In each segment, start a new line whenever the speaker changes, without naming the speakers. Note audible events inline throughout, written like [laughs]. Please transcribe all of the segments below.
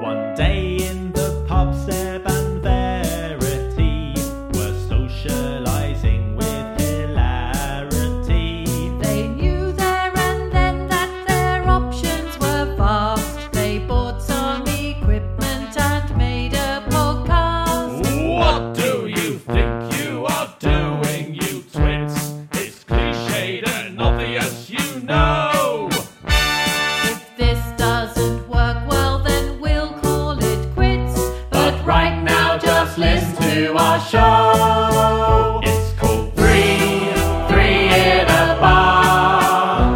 One day in the pub, Seb and Verity were socialising with hilarity.
They knew there and then that their options were vast. They bought some equipment and made a podcast.
What do you think you are doing, you twits? It's cliched and obvious, you know.
If this doesn't work well, then we'll call it quits. But right now, just listen to our show.
It's called three, three in a bar.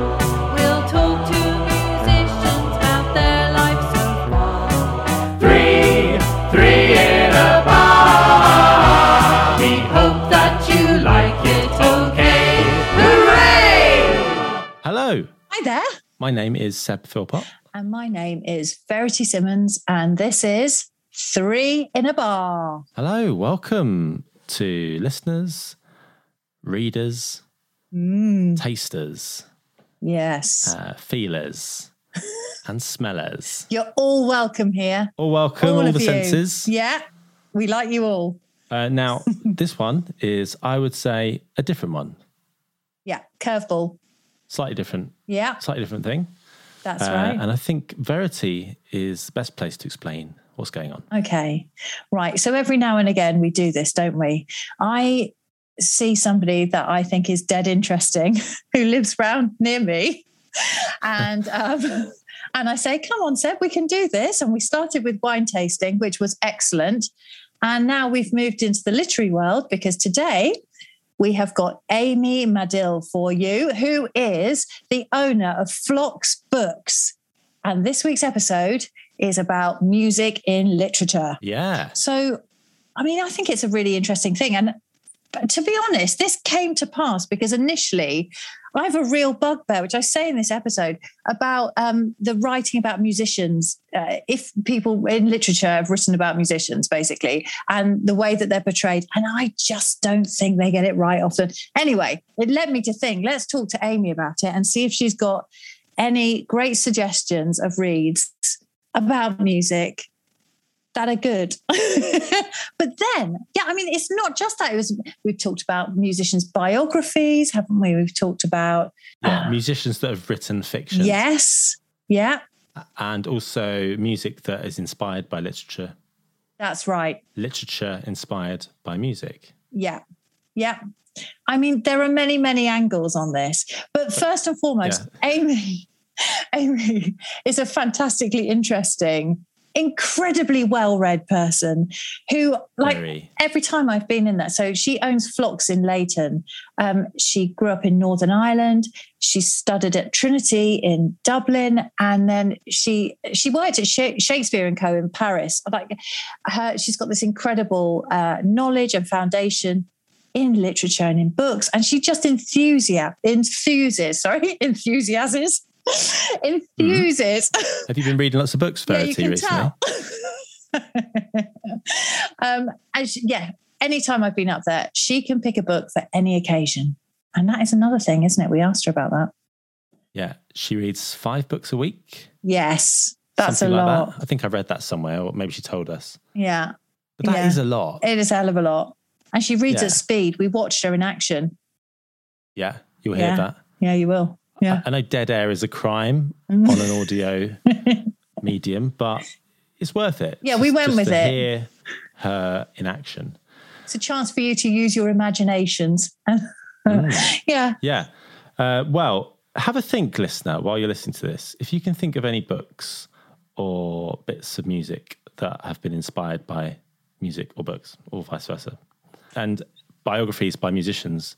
We'll talk to musicians about their lives so far.
Three, three in a bar. We hope that you like it. Okay, hooray!
Hello,
Hi there.
my name is Seb Philpott.
And my name is Verity Simmons, and this is Three in a Bar.
Hello, welcome to listeners, readers,
Mm.
tasters,
Yes.
uh, feelers,
[laughs]
and smellers.
You're all welcome here.
All welcome, all,
all of
the
you.
senses.
Yeah. We like you all. [laughs]
Uh, now, this one is, I would say, a different one,
Yeah. Curveball.
slightly different,
Yeah.
slightly different thing.
That's
Uh,
right.
And I think Verity is the best place to explain what's going on.
Okay. Right. So every now and again we do this, don't we? I see somebody that I think is dead interesting [laughs] who lives round near me. And um and I say, come on, Seb, we can do this. And we started with wine tasting, which was excellent. And now we've moved into the literary world because today we have got Amy Madill for you, who is the owner of Flock's Books. And this week's episode is about music in literature. [sighs]
Yeah.
So, I mean, I think it's a really interesting thing. And but to be honest, this came to pass because initially I have a real bugbear, which I say in this episode, about um, the writing about musicians. Uh, if people in literature have written about musicians, basically, and the way that they're portrayed. And I just don't think they get it right often. Anyway, it led me to think let's talk to Amy about it and see if she's got any great suggestions of reads about music that are good. [laughs] but then, yeah, I mean, it's not just that. It was we've talked about musicians' biographies, haven't we? We've talked about
Yeah. Musicians that have written fiction.
yes, yeah,
And also music that is inspired by literature.
that's right.
literature inspired by music.
Yeah. Yeah. I mean, there are many, many angles on this. But first and foremost, Amy, [laughs] Amy is a fantastically interesting, incredibly well read person who, like,
Very.
every time I've been in that, so she owns Flocks in Leighton. Um, she grew up in Northern Ireland. She studied at Trinity in Dublin, and then she she worked at Sha- Shakespeare and Co in Paris. Like her, she's got this incredible uh, knowledge and foundation in literature and in books, and she just enthusia enthuses sorry [laughs] enthusiasms enthuses. [laughs]
Have you been reading lots of books, Verity, recently?
tell. [laughs] um, and she- yeah, anytime I've been up there, she can pick a book for any occasion. And that is another thing, isn't it? We asked her about that.
Yeah, she reads five books a week.
Yes, that's
something
a
like
lot.
That. I think I read that somewhere, or maybe she told us.
Yeah,
But that is
Yeah.
a lot.
it is a hell of a lot. And she reads
Yeah.
at speed. We watched her in action.
yeah, you'll hear
Yeah.
that.
Yeah, you will. Yeah. Mm.
I, I know dead air is a crime on
[laughs]
an audio medium, but it's worth it.
Yeah, we went
just
with
to
it.
Hear her in action.
It's a chance for you to use your imaginations. [laughs]
Mm.
yeah.
Yeah. Uh, well, have a think, listener, while you're listening to this. If you can think of any books or bits of music that have been inspired by music or books, or vice versa, and biographies by musicians,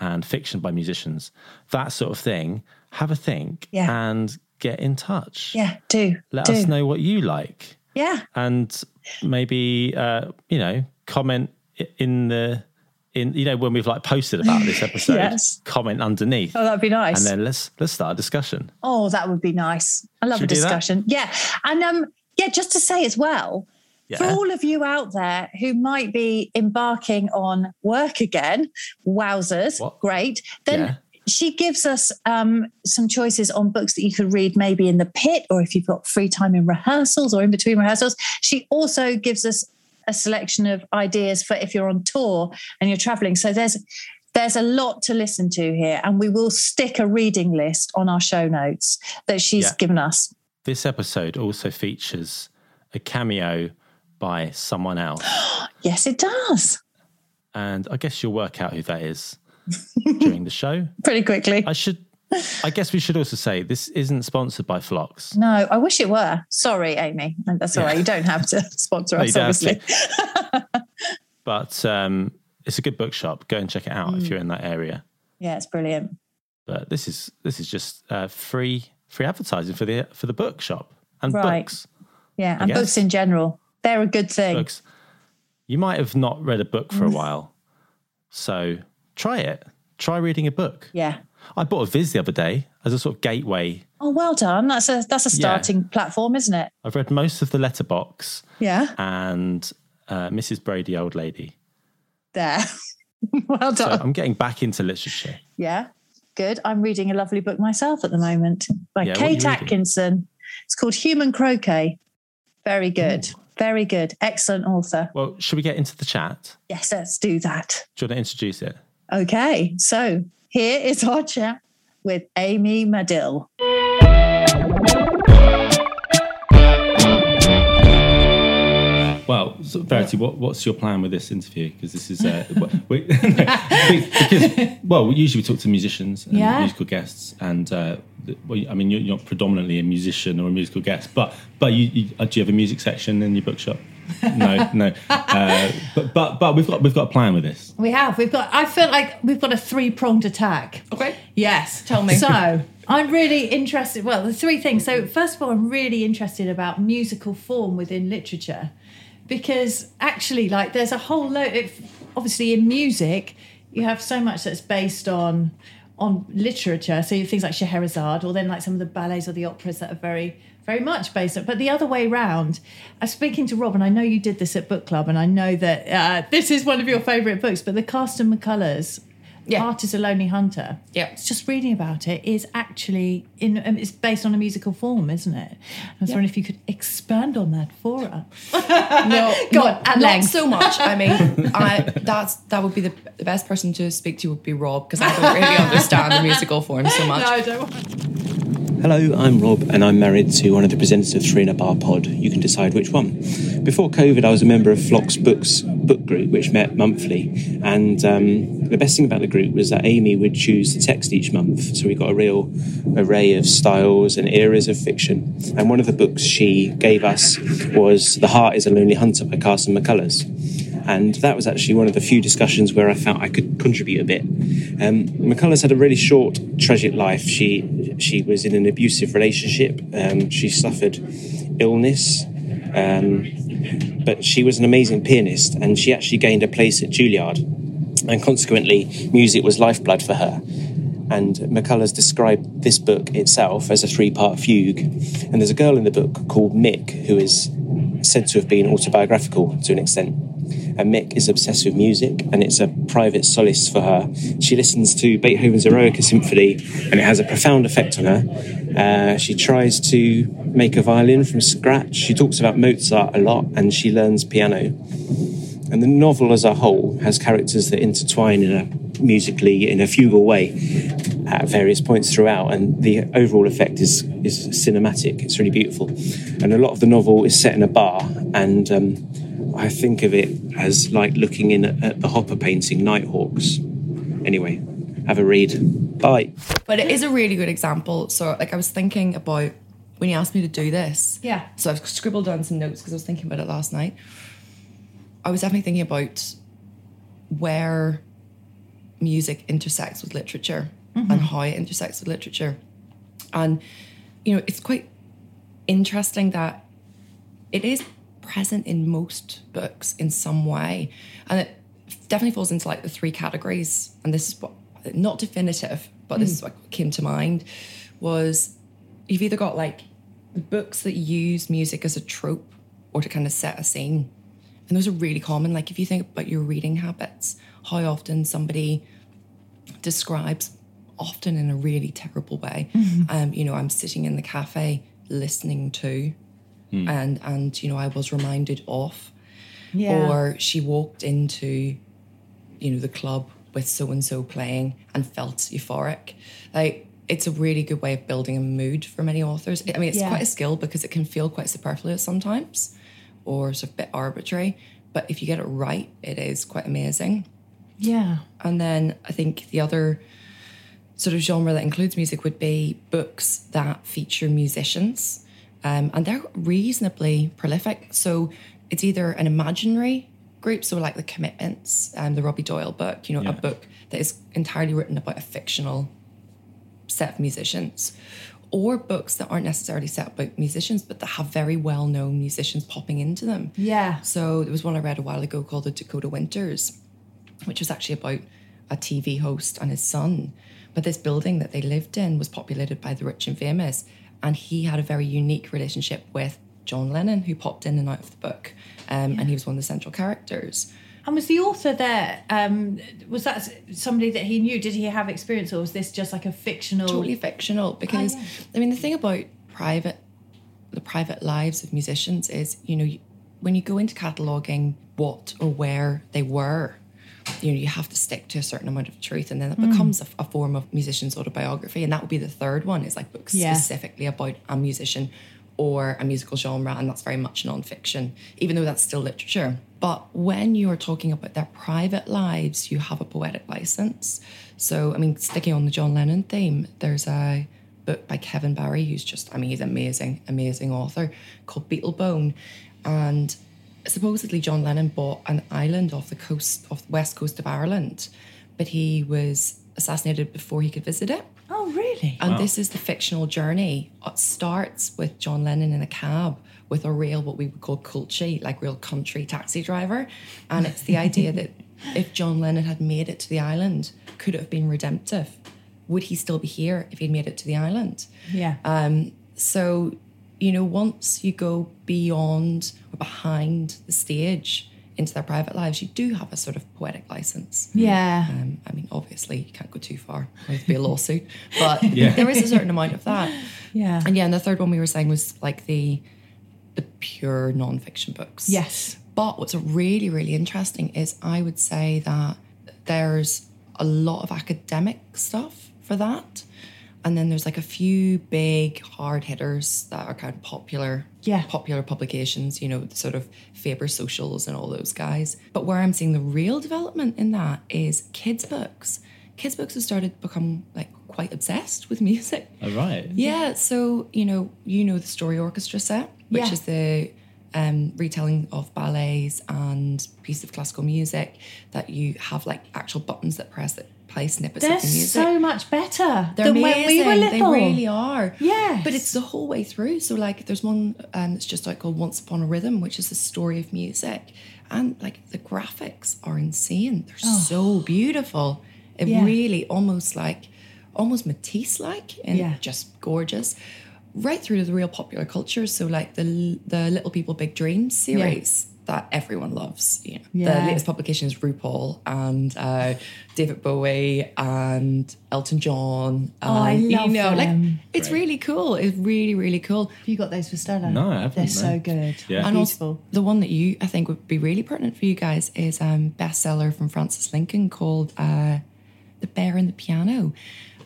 and fiction by musicians, that sort of thing, have a think
Yeah.
and get in touch.
Yeah, do.
Let
do.
us know what you like
Yeah.
and maybe uh, you know comment i- in the in you know when we've like posted about
[laughs]
this episode
Yes.
comment underneath
Oh, that'd be nice.
and then let's let's start a discussion
Oh, that would be nice. I love
Should
a
we do that?
discussion. Yeah. And um, yeah, just to say as well, for
Yeah.
all of you out there who might be embarking on work again, wowzers,
What?
great. Then
Yeah.
she gives us um, some choices on books that you could read maybe in the pit or if you've got free time in rehearsals or in between rehearsals. She also gives us a selection of ideas for if you're on tour and you're traveling. So there's there's a lot to listen to here, and we will stick a reading list on our show notes that she's
Yeah.
given us.
this episode also features a cameo by someone else
Yes, it does.
and i guess you'll work out who that
[laughs]
is during the show
Pretty quickly.
i should i guess we should also say this isn't sponsored by flocks
no, I wish it were. Sorry, Amy. And That's all right. You don't have to [laughs] sponsor
No,
us,
you don't have to.
obviously. [laughs]
but um it's a good bookshop go and check it
Hmm.
out if you're in that area
Yeah, it's brilliant.
but this is this is just uh, free free advertising for the for the bookshop and
Right.
books
Yeah, and
guess.
books in general. They're a good thing.
books. You might have not read a book for a while, so try it. Try reading a book.
Yeah.
I bought a Viz the other day as a sort of gateway.
Oh, well done. That's a that's a
Yeah.
starting platform, isn't it?
I've read most of the Letterbox
Yeah.
and uh, Mrs. Brady, Old Lady.
There. [laughs] well done. [laughs]
So I'm getting back into literature.
Yeah, good. I'm reading a lovely book myself at the moment by
Yeah, what are you
Kate
reading?
Atkinson. It's called Human Croquet.
Hmm.
Very good. Very good. Excellent author.
Well, should we get into the chat?
Yes, let's do that.
Do you want to introduce it?
Okay, so here is our chat with Amy Madill.
Well, so Verity, what, what's your plan with this interview? Because this is uh, [laughs] we, because well, usually we talk to musicians and
Yeah.
musical guests, and uh, the- well, I mean, you're, you're predominantly a musician or a musical guest, but but you, you uh, do you have a music section in your bookshop? No, no. Uh, but but but we've got we've got a plan with this.
We have. We've got. I feel like we've got a three pronged attack.
Okay.
Yes.
Tell me. [laughs]
So I'm really interested. Well, the three things. So first of all, I'm really interested about musical form within literature, because actually, like, there's a whole load. It, obviously, in music, you have so much that's based on on literature. So you have things like Scheherazade, or then like some of the ballets or the operas that are very very much based on. But the other way round, I was speaking to Rob, and I know you did this at book club, and I know that uh, this is one of your favourite books. But the Carsten McCullers
Yeah.
Art is a Lonely Hunter.
Yeah.
It's just reading about it is actually in um, it's based on a musical form, isn't it? I was wondering if you could expand on that for [laughs] us.
[laughs] no,
God,
not,
at
not
length.
so much. I [laughs] mean, I, that's that would be the, the best person to speak to would be Rob because I don't really understand the musical form so [laughs] much.
don't
Hello, I'm Rob, and I'm married to one of the presenters of Three in a Bar Pod. You can decide which one. Before COVID, I was a member of Flock's Books book group, which met monthly. And um, the best thing about the group was that Amy would choose the text each month, so we got a real array of styles and eras of fiction. And one of the books she gave us was "The Heart Is a Lonely Hunter" by Carson McCullers and that was actually one of the few discussions where I felt I could contribute a bit. Um, McCullers had a really short, tragic life. She she was in an abusive relationship. Um, she suffered illness, um, but she was an amazing pianist, and she actually gained a place at Juilliard, and consequently, music was lifeblood for her. And McCullers described this book itself as a three part fugue. And there's a girl in the book called Mick who is said to have been autobiographical to an extent. And Mick is obsessed with music, and it's a private solace for her. She listens to Beethoven's Eroica Symphony, and it has a profound effect on her. Uh, she tries to make a violin from scratch. She talks about Mozart a lot, and she learns piano. And the novel as a whole has characters that intertwine in a musically, in a fugal way at various points throughout. And the overall effect is, is cinematic. It's really beautiful. And a lot of the novel is set in a bar. And um, I think of it as like looking in at, at the Hopper painting, Nighthawks. Anyway, have a read. Bye.
But it is a really good example. So, like, I was thinking about when you asked me to do this.
Yeah.
So I've scribbled down some notes because I was thinking about it last night. I was definitely thinking about where music intersects with literature and how it intersects with literature. And, you know, it's quite interesting that it is present in most books in some way. And it definitely falls into like the three categories. And this is what, not definitive, but this is what came to mind was you've either got like books that use music as a trope or to kind of set a scene. And those are really common. Like if you think about your reading habits, how often somebody describes often in a really terrible way. Um, you know, I'm sitting in the cafe listening to and and you know, I was reminded of
Yeah.
or she walked into you know the club with so and so playing and felt euphoric like it's a really good way of building a mood for many authors i mean it's
Yeah.
quite a skill because it can feel quite superfluous sometimes or sort of a bit arbitrary but if you get it right it is quite amazing
yeah.
and then I think the other sort of genre that includes music would be books that feature musicians. Um, and they're reasonably prolific. So it's either an imaginary group, so like The Commitments, um, the Robbie Doyle book, you know, a book that is entirely written about a fictional set of musicians, or books that aren't necessarily set about musicians, but that have very well known musicians popping into them.
Yeah.
So there was one I read a while ago called The Dakota Winters, which was actually about a TV host and his son. But this building that they lived in was populated by the rich and famous, and he had a very unique relationship with John Lennon, who popped in and out of the book, um, and he was one of the central characters.
And was the author there? Um, was that somebody that he knew? Did he have experience, or was this just like a fictional?
Totally fictional because I mean the thing about private the private lives of musicians is you know you, when you go into cataloging what or where they were you know you have to stick to a certain amount of truth and then it becomes a, a form of musician's autobiography and that would be the third one is like books
Yeah.
specifically about a musician or a musical genre and that's very much non-fiction even though that's still literature but when you are talking about their private lives you have a poetic license so i mean sticking on the john lennon theme there's a book by kevin barry who's just i mean he's an amazing amazing author called beetlebone and supposedly John Lennon bought an island off the coast off the west coast of Ireland, but he was assassinated before he could visit it.
Oh, really?
And this is the fictional journey. It starts with John Lennon in a cab with a real what we would call culture, like real country taxi driver. And it's the idea that if John Lennon had made it to the island, could it have been redemptive? Would he still be here if he'd made it to the island?
Yeah.
Um, So, you know, once you go beyond or behind the stage into their private lives, you do have a sort of poetic license.
yeah.
Um, I mean, obviously, you can't go too far. There'd be a lawsuit, but there is a certain amount of that.
Yeah.
And yeah, and the third one we were saying was like the the pure non-fiction books.
Yes.
But what's really, really interesting is I would say that there's a lot of academic stuff for that. And then there's like a few big hard hitters that are kind of popular,
Yeah.
popular publications, you know, sort of Faber Socials and all those guys. But where I'm seeing the real development in that is kids' books. Kids' books have started to become like quite obsessed with [laughs] music.
All Oh, right.
Yeah, so you know, you know the story orchestra set, which
Yeah.
is the um, retelling of ballets and pieces of classical music that you have like actual buttons that press that play snippets
They're
of the music.
so much better
They're
than
amazing.
when we were little.
They really are.
Yes.
But it's the whole way through. So like there's one um that's just out called Once Upon a Rhythm, which is the story of music. And like the graphics are insane. They're so beautiful. It
Oh. Yeah.
really almost like almost Matisse like and
Yeah.
just gorgeous. Right through to the real popular culture. So like the the Little People Big Dreams series that everyone loves. You know.
Yeah.
The latest publication is RuPaul and uh, David Bowie and Elton John. Oh,
I love
you know, like
them.
it's really cool. It's really, really cool.
Have you got those for Stella?
No, I haven't,
They're
no.
so good.
Yeah.
And
Beautiful.
also, the one that you I think would be really pertinent for you guys is um bestseller from Francis Lincoln called uh, "The Bear and the Piano."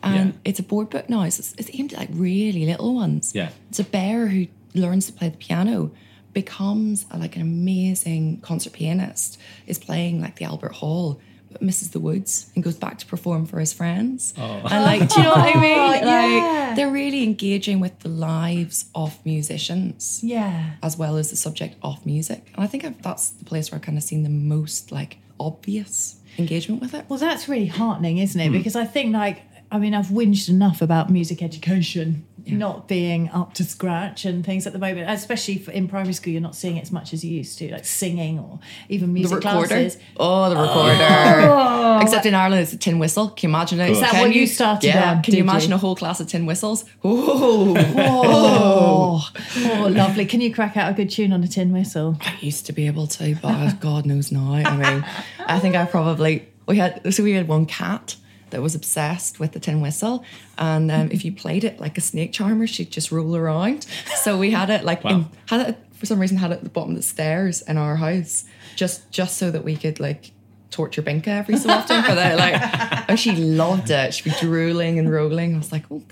Um,
Yeah.
It's a board book now. It's, it's aimed at like really little ones.
Yeah.
it's a bear who learns to play the piano, becomes a, like an amazing concert pianist. Is playing like the Albert Hall, but misses the woods and goes back to perform for his friends.
Oh.
And like, do you know
[laughs]
what I mean? Like,
Oh yeah.
they're really engaging with the lives of musicians
Yeah.
as well as the subject of music. And I think I've, that's the place where I've kind of seen the most like obvious engagement with it.
Well, that's really heartening, isn't
Hmm.
it? Because I think, like, I mean, I've whinged enough about music education not being up to scratch and things at the moment, especially for, in primary school, you're not seeing it as much as you used to, like singing or even
The
music
recorder.
classes.
Oh, the recorder. Except in Ireland, it's a tin whistle. Can you imagine it? Is
that
Can
what you started
Yeah.
on,
Can you
did
imagine
you?
a whole class of tin whistles? Oh,
Oh, oh, lovely. Can you crack out a good tune on a tin whistle?
I used to be able to, but I've- God knows now. I mean, I think I probably we had so we had one cat that was obsessed with the tin whistle, and um, if you played it like a snake charmer, she'd just roll around. So we had it like in,
Wow.
had it for some reason had it at the bottom of the stairs in our house, just just so that we could like torture Binka every so often for that. Like, and she loved it. She'd be drooling and rolling. I was like, oh.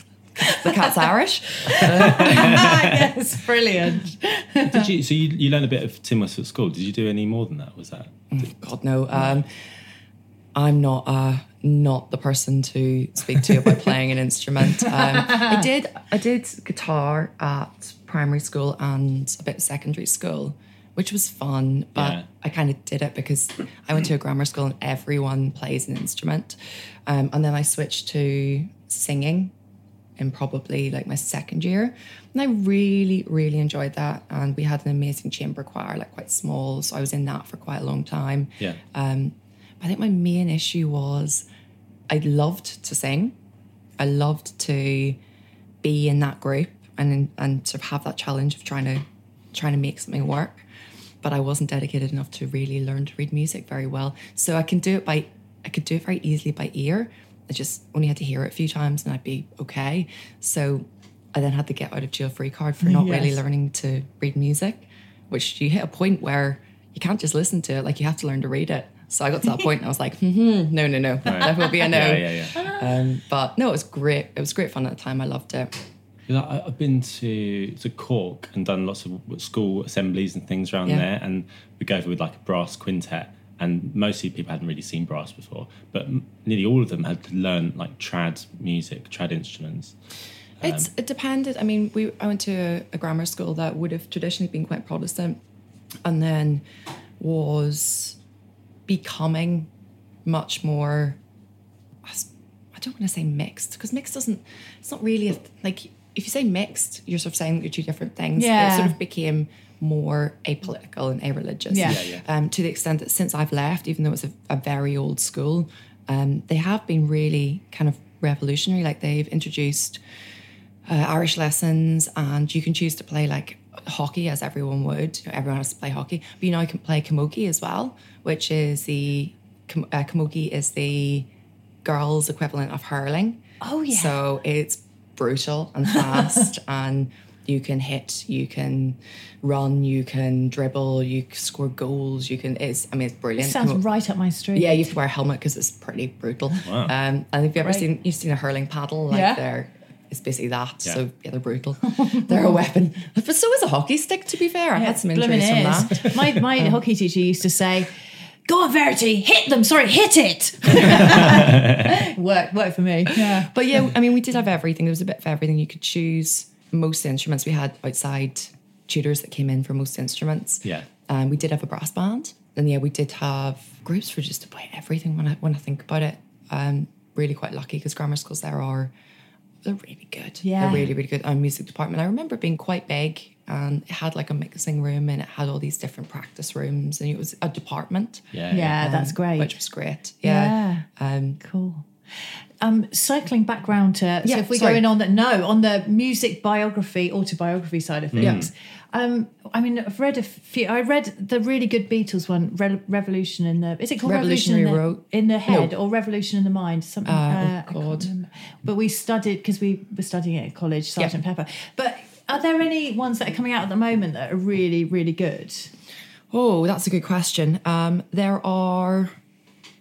The cat's Irish.
yes, brilliant.
Did you? So you, you learned a bit of Tim West at school. Did you do any more than that? Was that?
God no. Um, I'm not uh, not the person to speak to about playing an instrument. Um, I did I did guitar at primary school and a bit of secondary school, which was fun. But
Yeah.
I kind of did it because I went to a grammar school and everyone plays an instrument, um, and then I switched to singing in probably like my second year. And I really, really enjoyed that. And we had an amazing chamber choir, like quite small. So I was in that for quite a long time.
Yeah.
Um, but I think my main issue was I loved to sing. I loved to be in that group and and to have that challenge of trying to trying to make something work. But I wasn't dedicated enough to really learn to read music very well. So I can do it by I could do it very easily by ear. I just only had to hear it a few times and I'd be okay. So I then had to get out of jail free card for not really
Yes.
learning to read music, which you hit a point where you can't just listen to it, like you have to learn to read it. So I got to that point and I was like, [laughs] hmm, no, no, no, that will be a
[laughs]
no.
Yeah, yeah, yeah.
Um, but no, it was great. It was great fun at the time. I loved it.
'Cause I, I've been to to Cork and done lots of school assemblies and things around
Yeah.
there, and we go over with like a brass quintet, and mostly people hadn't really seen brass before, but m- nearly all of them had to learn like trad music, trad instruments.
It's it depended. I mean, we I went to a, a grammar school that would have traditionally been quite Protestant, and then was becoming much more. I s- I don't want to say mixed because mixed doesn't. It's not really a, like if you say mixed, you're sort of saying that you're two different things.
Yeah.
It sort of became more apolitical and a-religious.
Yeah. Yeah,
Um, to the extent that since I've left, even though it's a, a very old school, um, they have been really kind of revolutionary. Like they've introduced uh, Irish lessons, and you can choose to play like hockey as everyone would. You know, everyone has to play hockey, but you now can play camogie as well, which is the cam- uh, camogie is the girls' equivalent of hurling.
Oh, yeah.
So it's brutal
[laughs]
and fast, and you can hit, you can run, you can dribble, you can score goals, you can. It's I mean it's brilliant.
Sounds
Camo-
right up my street.
yeah, you have to wear a helmet because it's pretty brutal.
Wow.
Um, and if you ever
Right.
seen you've seen a hurling paddle, like
Yeah.
they're it's basically that.
Yeah.
So yeah,
[laughs]
they're brutal. they're a weapon, but so is a hockey stick. To be fair, I had some
Bloomin'
injuries from
is.
that.
My
[laughs]
my hockey teacher used to say, "Go on, Verity, hit them. Sorry, hit
[laughs]
it." worked worked for me. Yeah.
But yeah, I mean, we did have everything. There was a bit of everything you could choose. Most of the instruments we had outside tutors that came in for most instruments.
Yeah.
Um, we did have a brass band, and yeah, we did have groups for just about everything. When I when I think about it, um, really quite lucky because grammar schools there are they're really good.
Yeah.
they're really really good. Our music department, I remember it being quite big, and it had like a mixing room, and it had all these different practice rooms, and it was a department.
Yeah,
Yeah, Oh, that's
um,
great.
Which was great. Yeah. Um,
Cool. Um, cycling back round to so
Yeah,
if we
sorry.
go in on the no on the music biography autobiography side of
Mm.
things. Um, I mean, I've read a few. I read the really good Beatles one, Re- Revolution in the. Is it called
Revolutionary
Revolution in the,
Road? Oh,
in the head or Revolution in the mind? Something. Uh, I can't
God.
remember. But we studied because we were studying it at college, Sergeant Pepper. But are there any ones that are coming out at the moment that are really really good?
Oh, that's a good question. Um, there are,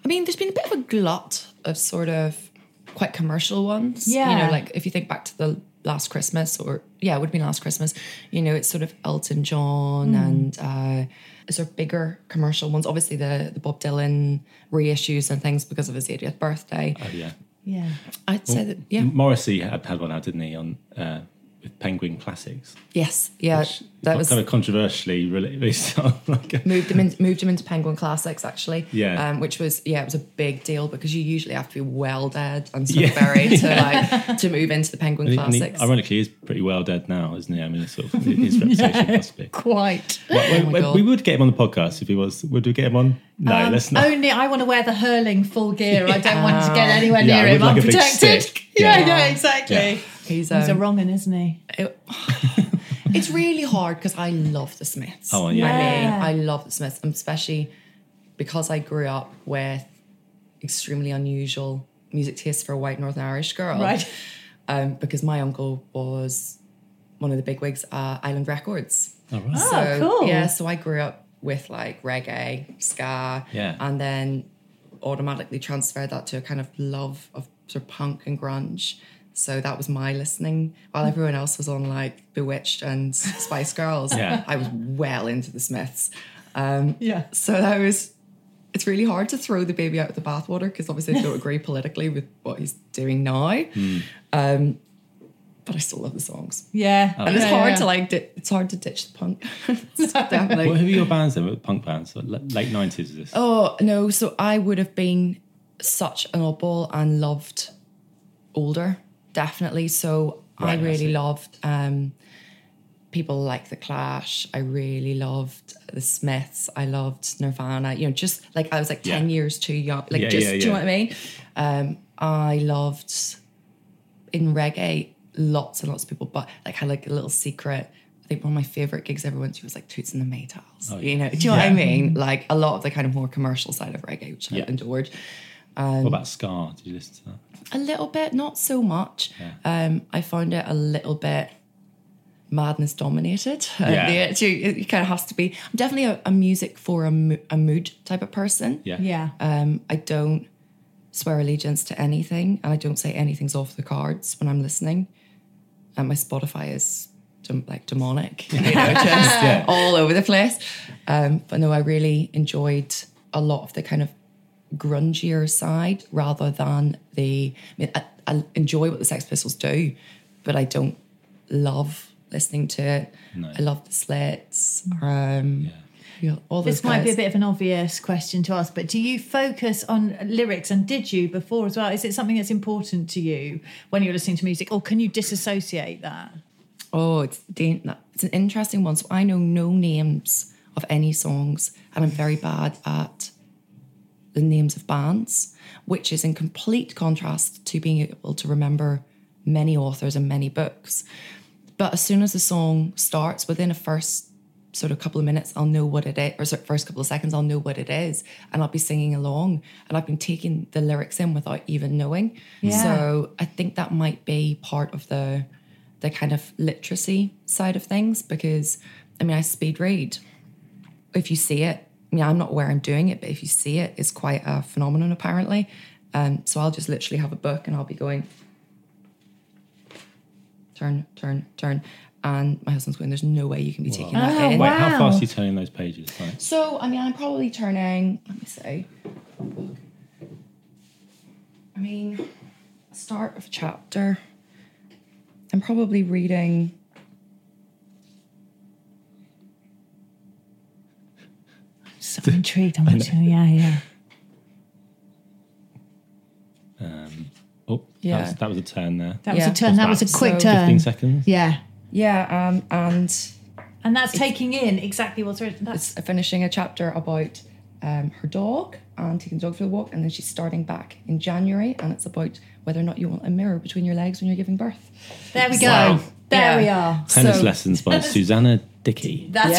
I mean, there's been a bit of a glut of sort of quite commercial ones. You
Yeah.
know, like if you think back to the last Christmas, or yeah, it would have been last Christmas, you know, it's sort of Elton
Hmm.
John and uh, sort of bigger commercial ones. Obviously, the, the Bob Dylan reissues and things because of his 80th birthday.
yeah.
Yeah.
I'd say that, yeah.
Mm-hmm. Morrissey had, had one out, didn't he? On uh, with Penguin Classics.
Yes, yeah,
which
that was
kind of controversially released. [laughs] like a-
moved him in, moved him into Penguin Classics actually.
Yeah.
um, which was yeah, it was a big deal because you usually have to be well dead and sort
[laughs] Yeah.
of buried to like to move into the Penguin
and he- and he-
Classics.
ironically, he's pretty well dead now, isn't he? I mean, sort of his
[laughs]
reputation possibly.
Quite.
Well,
Oh my
we-
God. Um,
we would get him on the podcast if he was. Would we get him on? No, let's not.
Um, Only I want to wear the hurling full gear. I don't want to get anywhere
Yeah,
near
with
him.
like
I'm
a big
protected.
stick.
[laughs] Yeah,
Yeah.
yeah, exactly.
Yeah.
He's,
He's a
um,
wrong one, isn't he?
it- [laughs] it's really hard because I love the Smiths.
Oh, yeah.
I mean,
Yeah.
I love the Smiths, and especially because I grew up with extremely unusual music taste for a white Northern Irish girl.
Oh.
Right.
Um, because my uncle was one of the big wigs at Island Records.
All right.
Oh, cool.
Yeah, so I grew up with like reggae, ska,
Yeah.
and then automatically transferred that to a kind of love of sort of punk and grunge. So that was my listening, while everyone else was on like Bewitched and Spice Girls.
Yeah.
I was well into the Smiths. Um,
Yeah.
so that was. It's really hard to throw the baby out with the bathwater because obviously
[laughs]
I don't agree politically with what he's doing now.
Hmm.
Um, but I still love the songs,
Yeah.
Oh.
and it's
Yeah,
hard
yeah.
to like. Di- it's hard to ditch the punk. [laughs] It's definitely.
Well, who were your bands then? Were it Punk bands, Like, l- late nineties. Is this?
Oh no! So I would have been such an oddball and loved older, definitely. So
Right, I
I really
see.
loved um, people like the Clash. I really loved the Smiths. I loved Nirvana. You know, just like I was like ten
Yeah.
years too young. Like
Yeah,
just
yeah,
do you know
yeah.
what I mean? Um, I loved in reggae lots and lots of people, but like had like a little secret. I think one of my favorite gigs I ever went to was like Toots and the Maytals.
Oh,
You know, do you know what I mean? Like a lot of the kind of more commercial side of reggae, which
Yeah.
I endured
what about Scar? Did you listen
[laughs]
to that?
a little bit, not so much. Um, I found it a little bit madness dominated. [laughs] Uh,
Yeah.
the- it, it, kind of has to be. I'm definitely a, a music for a, mo- a mood type of person.
Yeah.
Yeah.
Um, I don't swear allegiance to anything, and I don't say anything's off the cards when I'm listening. And my Spotify is dem- like demonic, you know, just
Yeah.
all over the place. Um, but no, I really enjoyed a lot of the kind of grungier side rather than the. I mean, I, I enjoy what the Sex Pistols do, but I don't love listening to it. I love the Slits. Um, you know, all those
This might be a
guys.
bit of an obvious question to ask, but do you focus on lyrics and did you before as well? Is it something that's important to you when you're listening to music or can you disassociate that?
Oh, it's dan- no, it's an interesting one. So I know no names of any songs, and I'm very bad at the names of bands, which is in complete contrast to being able to remember many authors and many books. But as soon as the song starts, within a first sort of couple of minutes, I'll know what it is, or sorry, first couple of seconds, I'll know what it is, and I'll be singing along, and I've been taking the lyrics in without even knowing. So I think that might be part of the the kind of literacy side of things because I mean I speed read. If you see it, I mean I'm not aware I'm doing it, but if you see it, it's quite a phenomenon apparently. Um, so I'll just literally have a book and I'll be going turn, turn, turn, and my husband's going. There's no way you can be taking that in.
Wait, how
Wow.
fast are you turning those pages? Like, oh,
So, I mean, I'm probably turning, let me see. I mean, start of chapter. I'm probably reading.
So
[laughs]
intrigued. I'm watching. Yeah, yeah.
oh,
Yeah.
that, was, that was a turn there.
That
Yeah.
was a turn. That was a quick
So-
turn.
Fifteen seconds.
Yeah.
Yeah, um, and
And that's taking in exactly what's written. That's
finishing a chapter about um, her dog and taking the dog for a walk, and then she's starting back in January, and it's about whether or not you want a mirror between your legs when you're giving birth.
there we go.
Wow.
There
Yeah.
we are.
Tennis
So-
lessons
[laughs]
by Susanna Dickey.
That's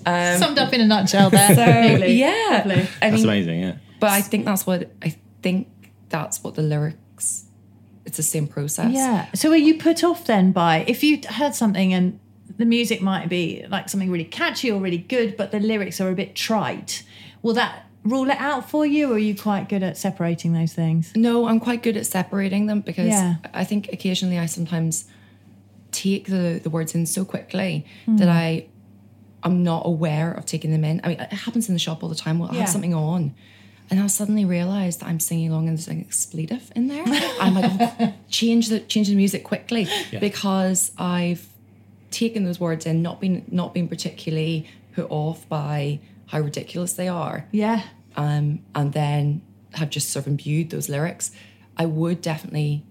Yeah.
right. Summed up in a nutshell there.
So,
completely.
yeah,
Lovely.
I
That's
mean,
amazing. Yeah.
But I think that's what I think that's what the lyrics. It's the same process.
Yeah. So were you put off then by if you heard something and the music might be like something really catchy or really good, but the lyrics are a bit trite? Will that rule it out for you, or are you quite good at separating those things?
No, I'm quite good at separating them because
Yeah.
I think occasionally I sometimes take the the words in so quickly
Hmm.
that I I'm not aware of taking them in. I mean, it happens in the shop all the time. We'll
Yeah.
have something on, And I suddenly realized that I'm singing along and there's an expletive in there. I'm like,
[laughs]
oh, change the change the music quickly because I've taken those words in, not been not been particularly put off by how ridiculous they are
Yeah.
um, and then have just sort of imbued those lyrics, I would definitely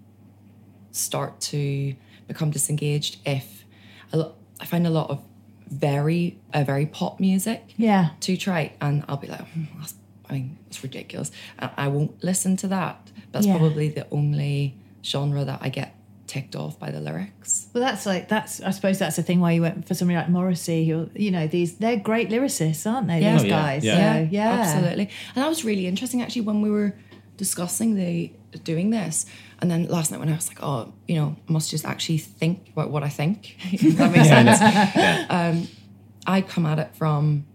start to become disengaged if a lot, I find a lot of very uh, very pop music
Yeah.
to try and I'll be like, "Hmm, that's, I mean, that's ridiculous. And I won't listen to that. That's
Yeah.
probably the only genre that I get ticked off by the lyrics.
Well, that's like that's. I suppose that's the thing why you went for somebody like Morrissey. Who you know these they're great lyricists, aren't they?
Yeah.
These
Oh,
yeah.
guys.
Yeah.
So, yeah.
absolutely. And that was really interesting actually when we were discussing the doing this. And then last night when I was like, oh, you know, must just actually think about what I think. [laughs] if that makes [laughs] sense. Um, I come at it from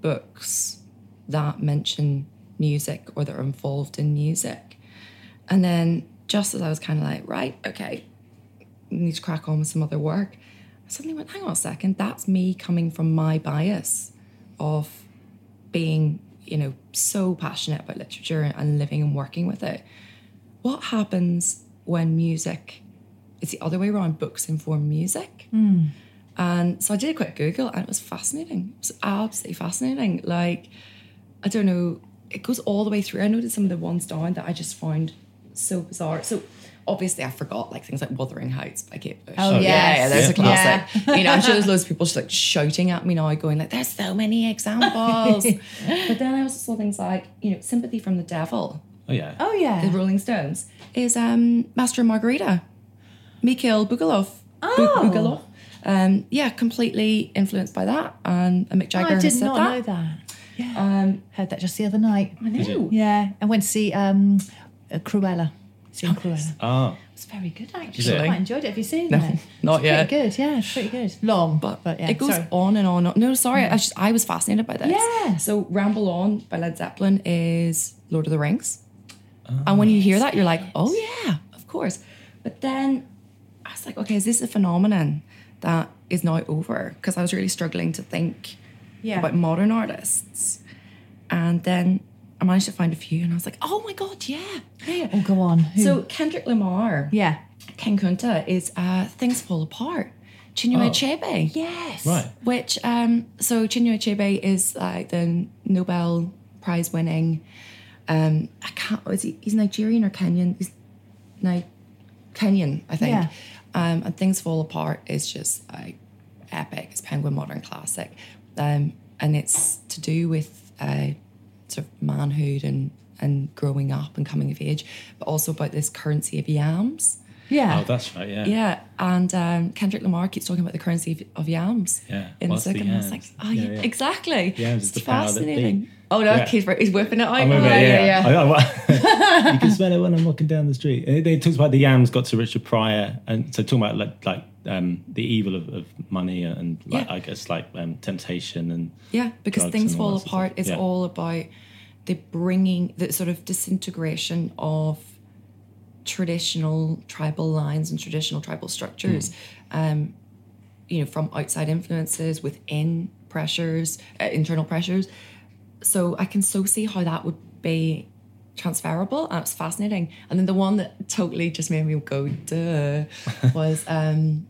books that mention music or that are involved in music. And then just as I was kind of like, right, okay, need to crack on with some other work, I suddenly went, hang on a second, that's me coming from my bias of being, you know, so passionate about literature and living and working with it. What happens when music, it's the other way around, books inform music?
Hmm.
And so I did a quick Google and it was fascinating. It was absolutely fascinating. Like, I don't know, it goes all the way through. I noted some of the ones down that I just found so bizarre. So obviously I forgot like things like Wuthering Heights by Kate Bush.
Oh,
yeah,
yes.
yeah, there's
Yeah.
a classic.
[laughs]
You know, I'm sure there's loads of people just like shouting at me now, going like, there's so
[laughs]
many examples. but then I also saw things like, you know, Sympathy from the Devil,
Oh yeah.
Oh yeah.
the Rolling Stones, is um Master and Margarita. Mikhail Bugalov.
Oh.
Bugalov. Um, yeah, completely influenced by that. And uh, Mick
Oh,
Jagger
I
has
did
said
not
that.
know that. Yeah.
Um,
Heard that just the other night.
I know.
Yeah. I went to see um, uh, Cruella. Seen Cruella.
Ah,
Oh, It's very good
Is
actually.
it?
I quite enjoyed it. Have you seen
No,
it?
not
it's
yet.
Pretty good. Yeah, it's pretty good. Long, but, but yeah,
it goes
sorry.
on and on. No, sorry, I, just, I was fascinated by this.
Yeah.
So Ramble On by Led Zeppelin is Lord of the Rings. and when you hear that, you're like, oh yeah, of course. But then I was like, okay, is this a phenomenon that is now over? Because I was really struggling to think
Yeah.
about modern artists. And then I managed to find a few and I was like, oh my God, yeah. yeah.
Oh, go on. Who-
So Kendrick Lamar,
yeah.
Ken Kunta, is uh, Things Fall Apart, Chinua
Oh.
Achebe.
Yes.
right.
[laughs] Which, um, so Chinua Achebe is like the Nobel Prize winning. Um, I can't. Is he? He's Nigerian or Kenyan? He's Ni- Kenyan, I think.
Yeah.
Um, and things fall apart is just like epic. It's Penguin Modern Classic, um, and it's to do with uh, sort of manhood and and growing up and coming of age, but also about this currency of yams.
Yeah.
Oh, that's right. Yeah.
Yeah, and um, Kendrick Lamar keeps talking about the currency of, of yams.
Yeah,
in
what's the
second, I was like,
yams?
oh
Yeah,
yeah,
yeah.
exactly.
Yams is
it's
the power that
fascinating.
be.
Oh no,
Yeah.
he's, he's whipping it out.
I remember,
now.
yeah, yeah. I know,
[laughs]
what- you can smell it when I'm walking down the street. And They talked about the yams got to Richard Pryor, and so talking about like like um, the evil of, of money and like
Yeah.
I guess like um, temptation and
Yeah, because
Drugs
things
and all that
fall
sort of
apart.
stuff.
It's
Yeah.
all about the bringing, the sort of disintegration of traditional tribal lines and traditional tribal structures.
Hmm.
Um, you know, from outside influences, within pressures, uh, internal pressures. So I can so see how that would be transferable, and it's fascinating. And then the one that totally just made me go duh
[laughs]
was um,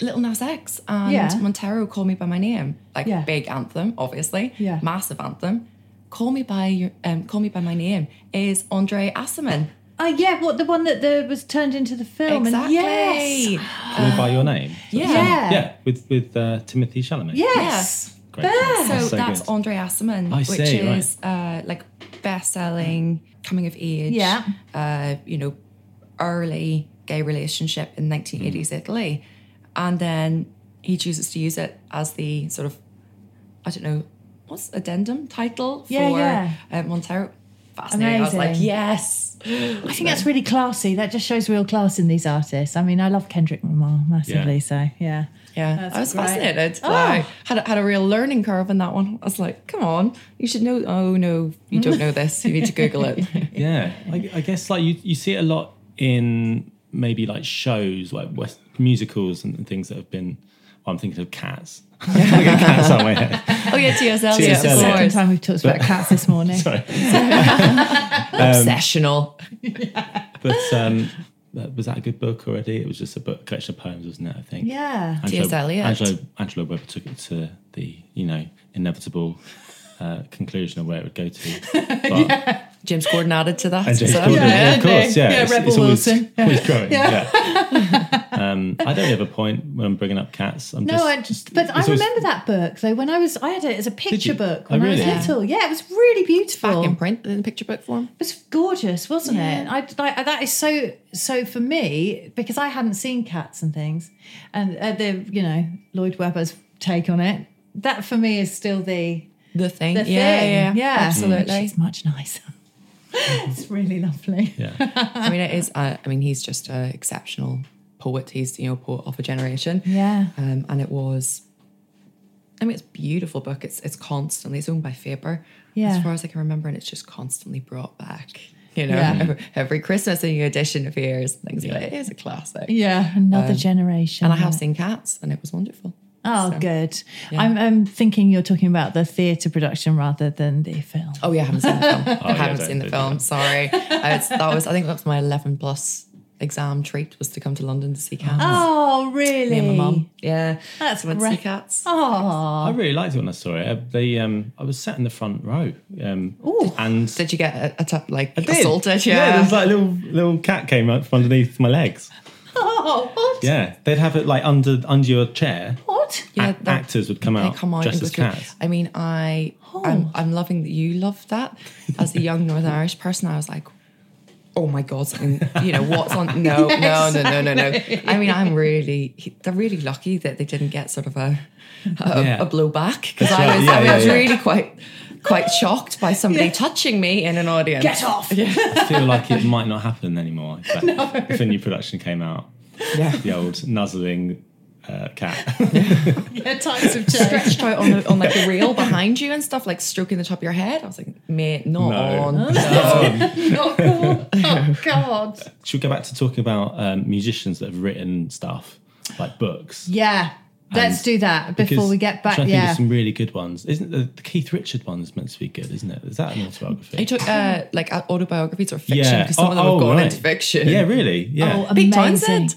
Little Nas X and
Yeah.
Montero Call Me By My Name. Like
Yeah.
big anthem, obviously.
Yeah.
Massive anthem. Call Me By Your um, Call Me By My Name is Andre Asserman.
Oh, yeah. What the one that the, was turned into the film?
Exactly.
And yes.
Call Me by your name.
[gasps] Yeah.
Yeah.
Yeah, with with uh, Timothy Chalamet.
Yes.
Great film.
So,
so
that's
good.
Andre Asserman,
I
which
see, right.
is uh, like best-selling coming of age.
Yeah.
Uh, you know, early gay relationship in 1980s
Mm.
Italy, and then he chooses to use it as the sort of, I don't know, what's addendum title
Yeah,
for
yeah.
Uh, Montero. Fascinating. I was like,
Amazing.
yes.
I think that's really classy. That just shows real class in these artists. I mean, I love Kendrick Lamar massively.
Yeah.
So yeah.
Yeah,
That's
I was
great.
fascinated.
Oh.
Like, had a, had a real learning curve in that one. I was like, come on, you should know. Oh no, you don't know this. You need to Google it.
[laughs] yeah I, I guess like you, you see it a lot in maybe like shows like West, musicals and, and things that have been I'm thinking of cats. [laughs] I got cats out of my head.
Oh yeah, T.S. Eliot.
T.S.
Of
Eliot.
course.
time we've talked about cats
[laughs]
this morning.
[laughs] Sorry.
Obsessional.
But um, that- was that a good book already? It was just a book collection of poems, wasn't it? I think.
Yeah.
Angela-
T.S. Eliot.
Angela, Angela Webber took it to the you know inevitable uh, conclusion of where it would go
[laughs]
to. But,
James Gordon added to that.
And James
so-
Corden, yeah, of
and, uh,
course, yeah.
yeah, Rebel
always,
Wilson.
always growing. Yeah.
[laughs]
um, I don't have a point when I'm bringing up cats. I'm
No,
just,
I just, but I
it's always-
remember that book though. When I was, I had it as a picture
you?
book
Oh,
when I
really?
was little. Yeah, it was really beautiful.
Back in print in picture book form.
It was gorgeous, wasn't it? I, I that is so so for me because I hadn't seen cats and things, and uh, the you know Lloyd Webber's take on it. That for me is still the
The thing.
the
yeah,
thing.
Mm.
yeah,
Which
Absolutely.
is much nicer. [laughs] it's really lovely. [laughs]
Yeah.
[laughs] I mean, it is. Uh, I mean, he's just an exceptional poet. He's you know poet of a generation.
Yeah.
Um, and it was. I mean, it's a beautiful book. It's it's constantly it's owned by Faber.
Yeah.
As far as I can remember, and it's just constantly brought back. You know,
Yeah.
every, every Christmas a new edition appears. Things like that. It is a classic.
Yeah,
Um,
another generation.
And I have
right?
seen cats, and it was wonderful.
Oh, good. I'm, I'm thinking you're talking about the theatre production rather than the film.
Oh yeah, I haven't seen the film. I
yeah,
haven't
don't-
seen the
don't do
film. Sorry,
[laughs]
I, it's- that was I think that was my eleven plus exam treat was to come to London to see cats.
Oh, really?
Me and my mum. Yeah,
That's
so I went to
great.
see cats.
Oh,
I really liked it when I saw it. Uh, They, um, I was sat in the front row, um, and
Did you get a, a t- like
I did.
assaulted?
yeah,
Yeah.
there was like a little little cat came up from underneath my legs.
oh, what?
Yeah, they'd have it like under under your chair.
What?
Yeah,
that-
actors would come out,
They come out
dressed
and go
as
through-
cats.
I mean, I I'm, I'm loving that you loved that. As a young
[laughs]
Northern Irish person, I was like, oh my god, something, you know what's
[laughs]
on? No, no, no, no, no, no. I mean, I'm really they're really lucky that they didn't get sort of a a,
Yeah.
a blowback because
right.
I was
Yeah,
I, mean, I
yeah,
was
yeah.
really quite quite shocked by somebody touching me in an audience.
Get off.
I feel like it might not happen
[laughs]
anymore. But If a new production came out,
Yeah.
the old nuzzling uh, cat.
[laughs]
Yeah, times have changed.
Stretched out on, the, on like the rail behind you and stuff, like stroking the top of your head. I was like, mate, not
No.
on.
Not cool. Oh, God.
Should we go back to talking about um, musicians that have written stuff like books?
Yeah. Let's do that before
Because
we get back.
I'm trying to think of
Yeah.
some really good ones. Isn't the, the Keith Richard one's meant to be good? Isn't it? Is that an autobiography?
You took uh, like uh, autobiographies or fiction
yeah,
because some of them
Oh,
have gone
right.
into fiction.
Yeah, really.
Oh,
Yeah. Oh,
amazing.
Pete Townsend.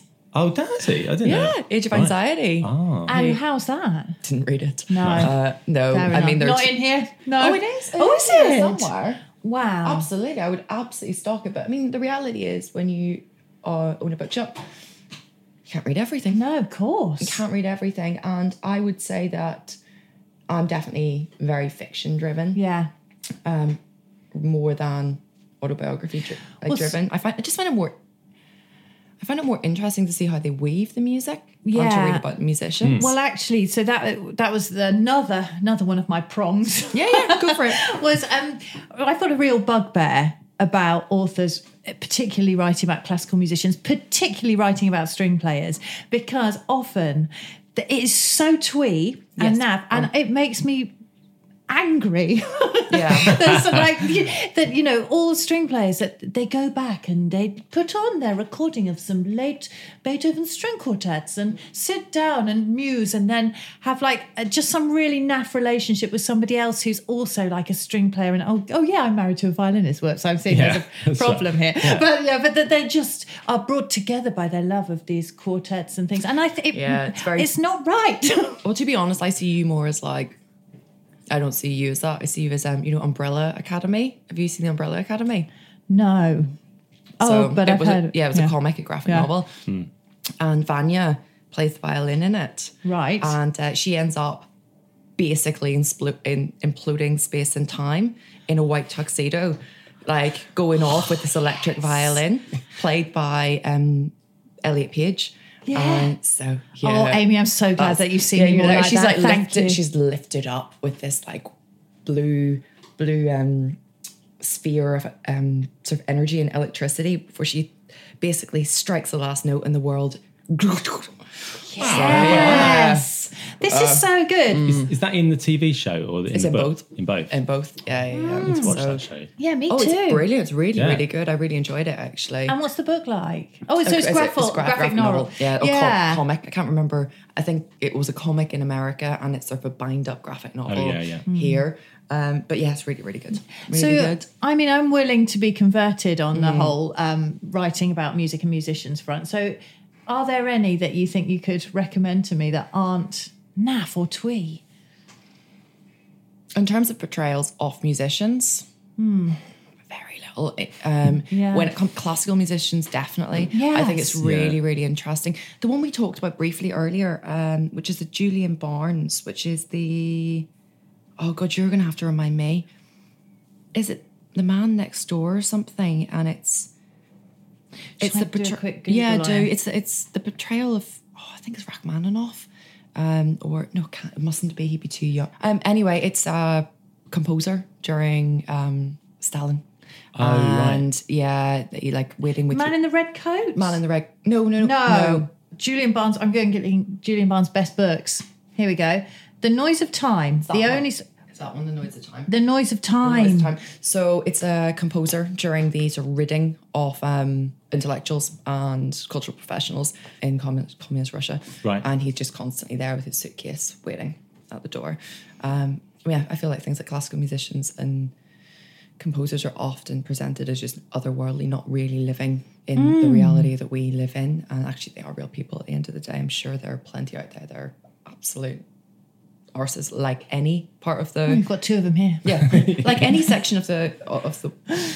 does he? I didn't know.
Yeah, Age of
Right.
Anxiety.
Oh,
And how's that?
Didn't read it.
No.
uh, no.
Fair
I mean,
enough.
there's
not in here. No.
Oh, it is.
Oh, is it?
somewhere?
Wow.
Absolutely, I would absolutely stock it. But I mean, the reality is, when you uh, own a bookshop, you can't read everything.
No, of
You
course.
can't read everything, and I would say that I'm definitely very fiction driven,
Yeah.
more than autobiography dri- like,
Well, s-
driven. I find I just find it more. I find it more interesting to see how they weave the music. and to
Yeah.
read about musicians.
Well, actually, so that that was another another one of my prongs.
yeah, yeah, go for it.
was um, I've got a real bugbear about authors, particularly writing about classical musicians, particularly writing about string players, because often th- it is so twee and
Yes.
naff, and it makes me angry.
[laughs] Yeah.
There's like [laughs] you- that, you know, all string players that they go back and they put on their recording of some late Beethoven string quartets and sit down and muse and then have like uh, just some really naff relationship with somebody else who's also like a string player and oh, oh yeah, I'm married to a violinist, well, so I'm seeing
Yeah, [laughs]
there's
that's
a
right.
problem here. But yeah, but that they just are brought together by their love of these quartets and things. And I think
Yeah, it's very-
it's not right. [laughs]
Well, to be honest, I see you more as like, I don't see you as that. I see you as um, you know, Umbrella Academy. Have you seen the Umbrella Academy?
no. oh, but
it
I've
was
heard
a, yeah, it was a comic, a graphic
Yeah.
novel, and Vanya plays the violin in it,
Right.
And uh, she ends up basically in, splu- in imploding space and time in a white tuxedo, like going off with this electric violin played by um, Elliot Page.
Yeah.
And so yeah.
Oh, Amy, I'm so glad that you've seen
Yeah,
me
you
more
know,
like
she's
that.
like
Thank
lifted.
you.
She's lifted up with this like blue, blue um sphere of um sort of energy and electricity before she basically strikes the last note and the world [laughs]
Yes. This
Uh,
is so good.
mm.
Is, is that in the TV show or in
It's
the
in
book?
both.
In both.
in both. Yeah, yeah.
Mm.
yeah.
to watch
So-
that show.
Yeah, me
Oh,
too.
it's brilliant! It's really,
Yeah.
really good. I really enjoyed it actually.
And what's the book like? Oh, so
Uh,
it's,
is it-
graphic,
gra-
graphic, novel.
Yeah, or
yeah.
co- comic. I can't remember. I think it was a comic in America, and it's sort of a bind up graphic novel.
Oh, yeah, yeah.
Here, um, but yeah, it's really, really good. Really
Hmm. so,
good. Mm.
I mean, I'm willing to be converted on the whole um, writing about music and musicians front. So, are there any that you think you could recommend to me that aren't naff or twee?
in terms of portrayals of musicians, very little. It- Um,
Yeah.
When it comes classical musicians, definitely. I think it's
Yes.
really,
Yeah.
really interesting. The one we talked about briefly earlier, um, which is the Julian Barnes, which is the oh god, you're gonna have to remind me. Is it the man next door or something? And it's it's the
like do a
portray-
quick Google
yeah, do
on it.
it's it's the portrayal of oh, I think it's Rachmaninoff, um, or no, can't, it mustn't be. He'd be too young. Um, anyway, it's a composer during um Stalin, oh, and yeah, he like waiting with
Man
you-
in the red coat.
man in the red. No, no,
no.
no, no.
Julian Barnes. I'm going getting Julian Barnes' best books. Here we go. The Noise of Time. The
one.
only. s-
Is that one the noise of time?
The Noise of Time.
Noise of time. So it's a composer during the sort of ridding of um, intellectuals and cultural professionals in communist, communist Russia.
Right.
And he's just constantly there with his suitcase waiting at the door. Um, yeah, I feel like things like classical musicians and composers are often presented as just otherworldly, not really living in the reality that we live in. And actually, they are real people at the end of the day. I'm sure there are plenty out there that are absolute arses like any part of the
We've got two of them here. [laughs]
yeah, like any section of the of the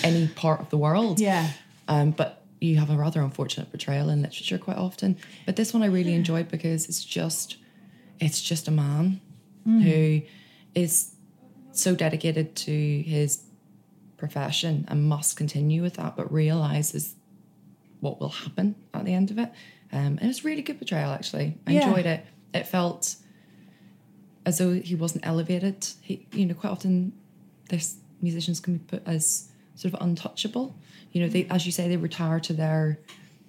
any part of the world.
Yeah.
Um, but you have a rather unfortunate portrayal in literature quite often. But this one I really enjoyed because it's just it's just a man
Mm.
who is so dedicated to his profession and must continue with that, but realizes what will happen at the end of it. Um, and it was a really good portrayal, actually. I
Yeah.
enjoyed it. It felt as though he wasn't elevated. He, you know, quite often there's musicians can be put as sort of untouchable. You know, they, as you say, they retire to their,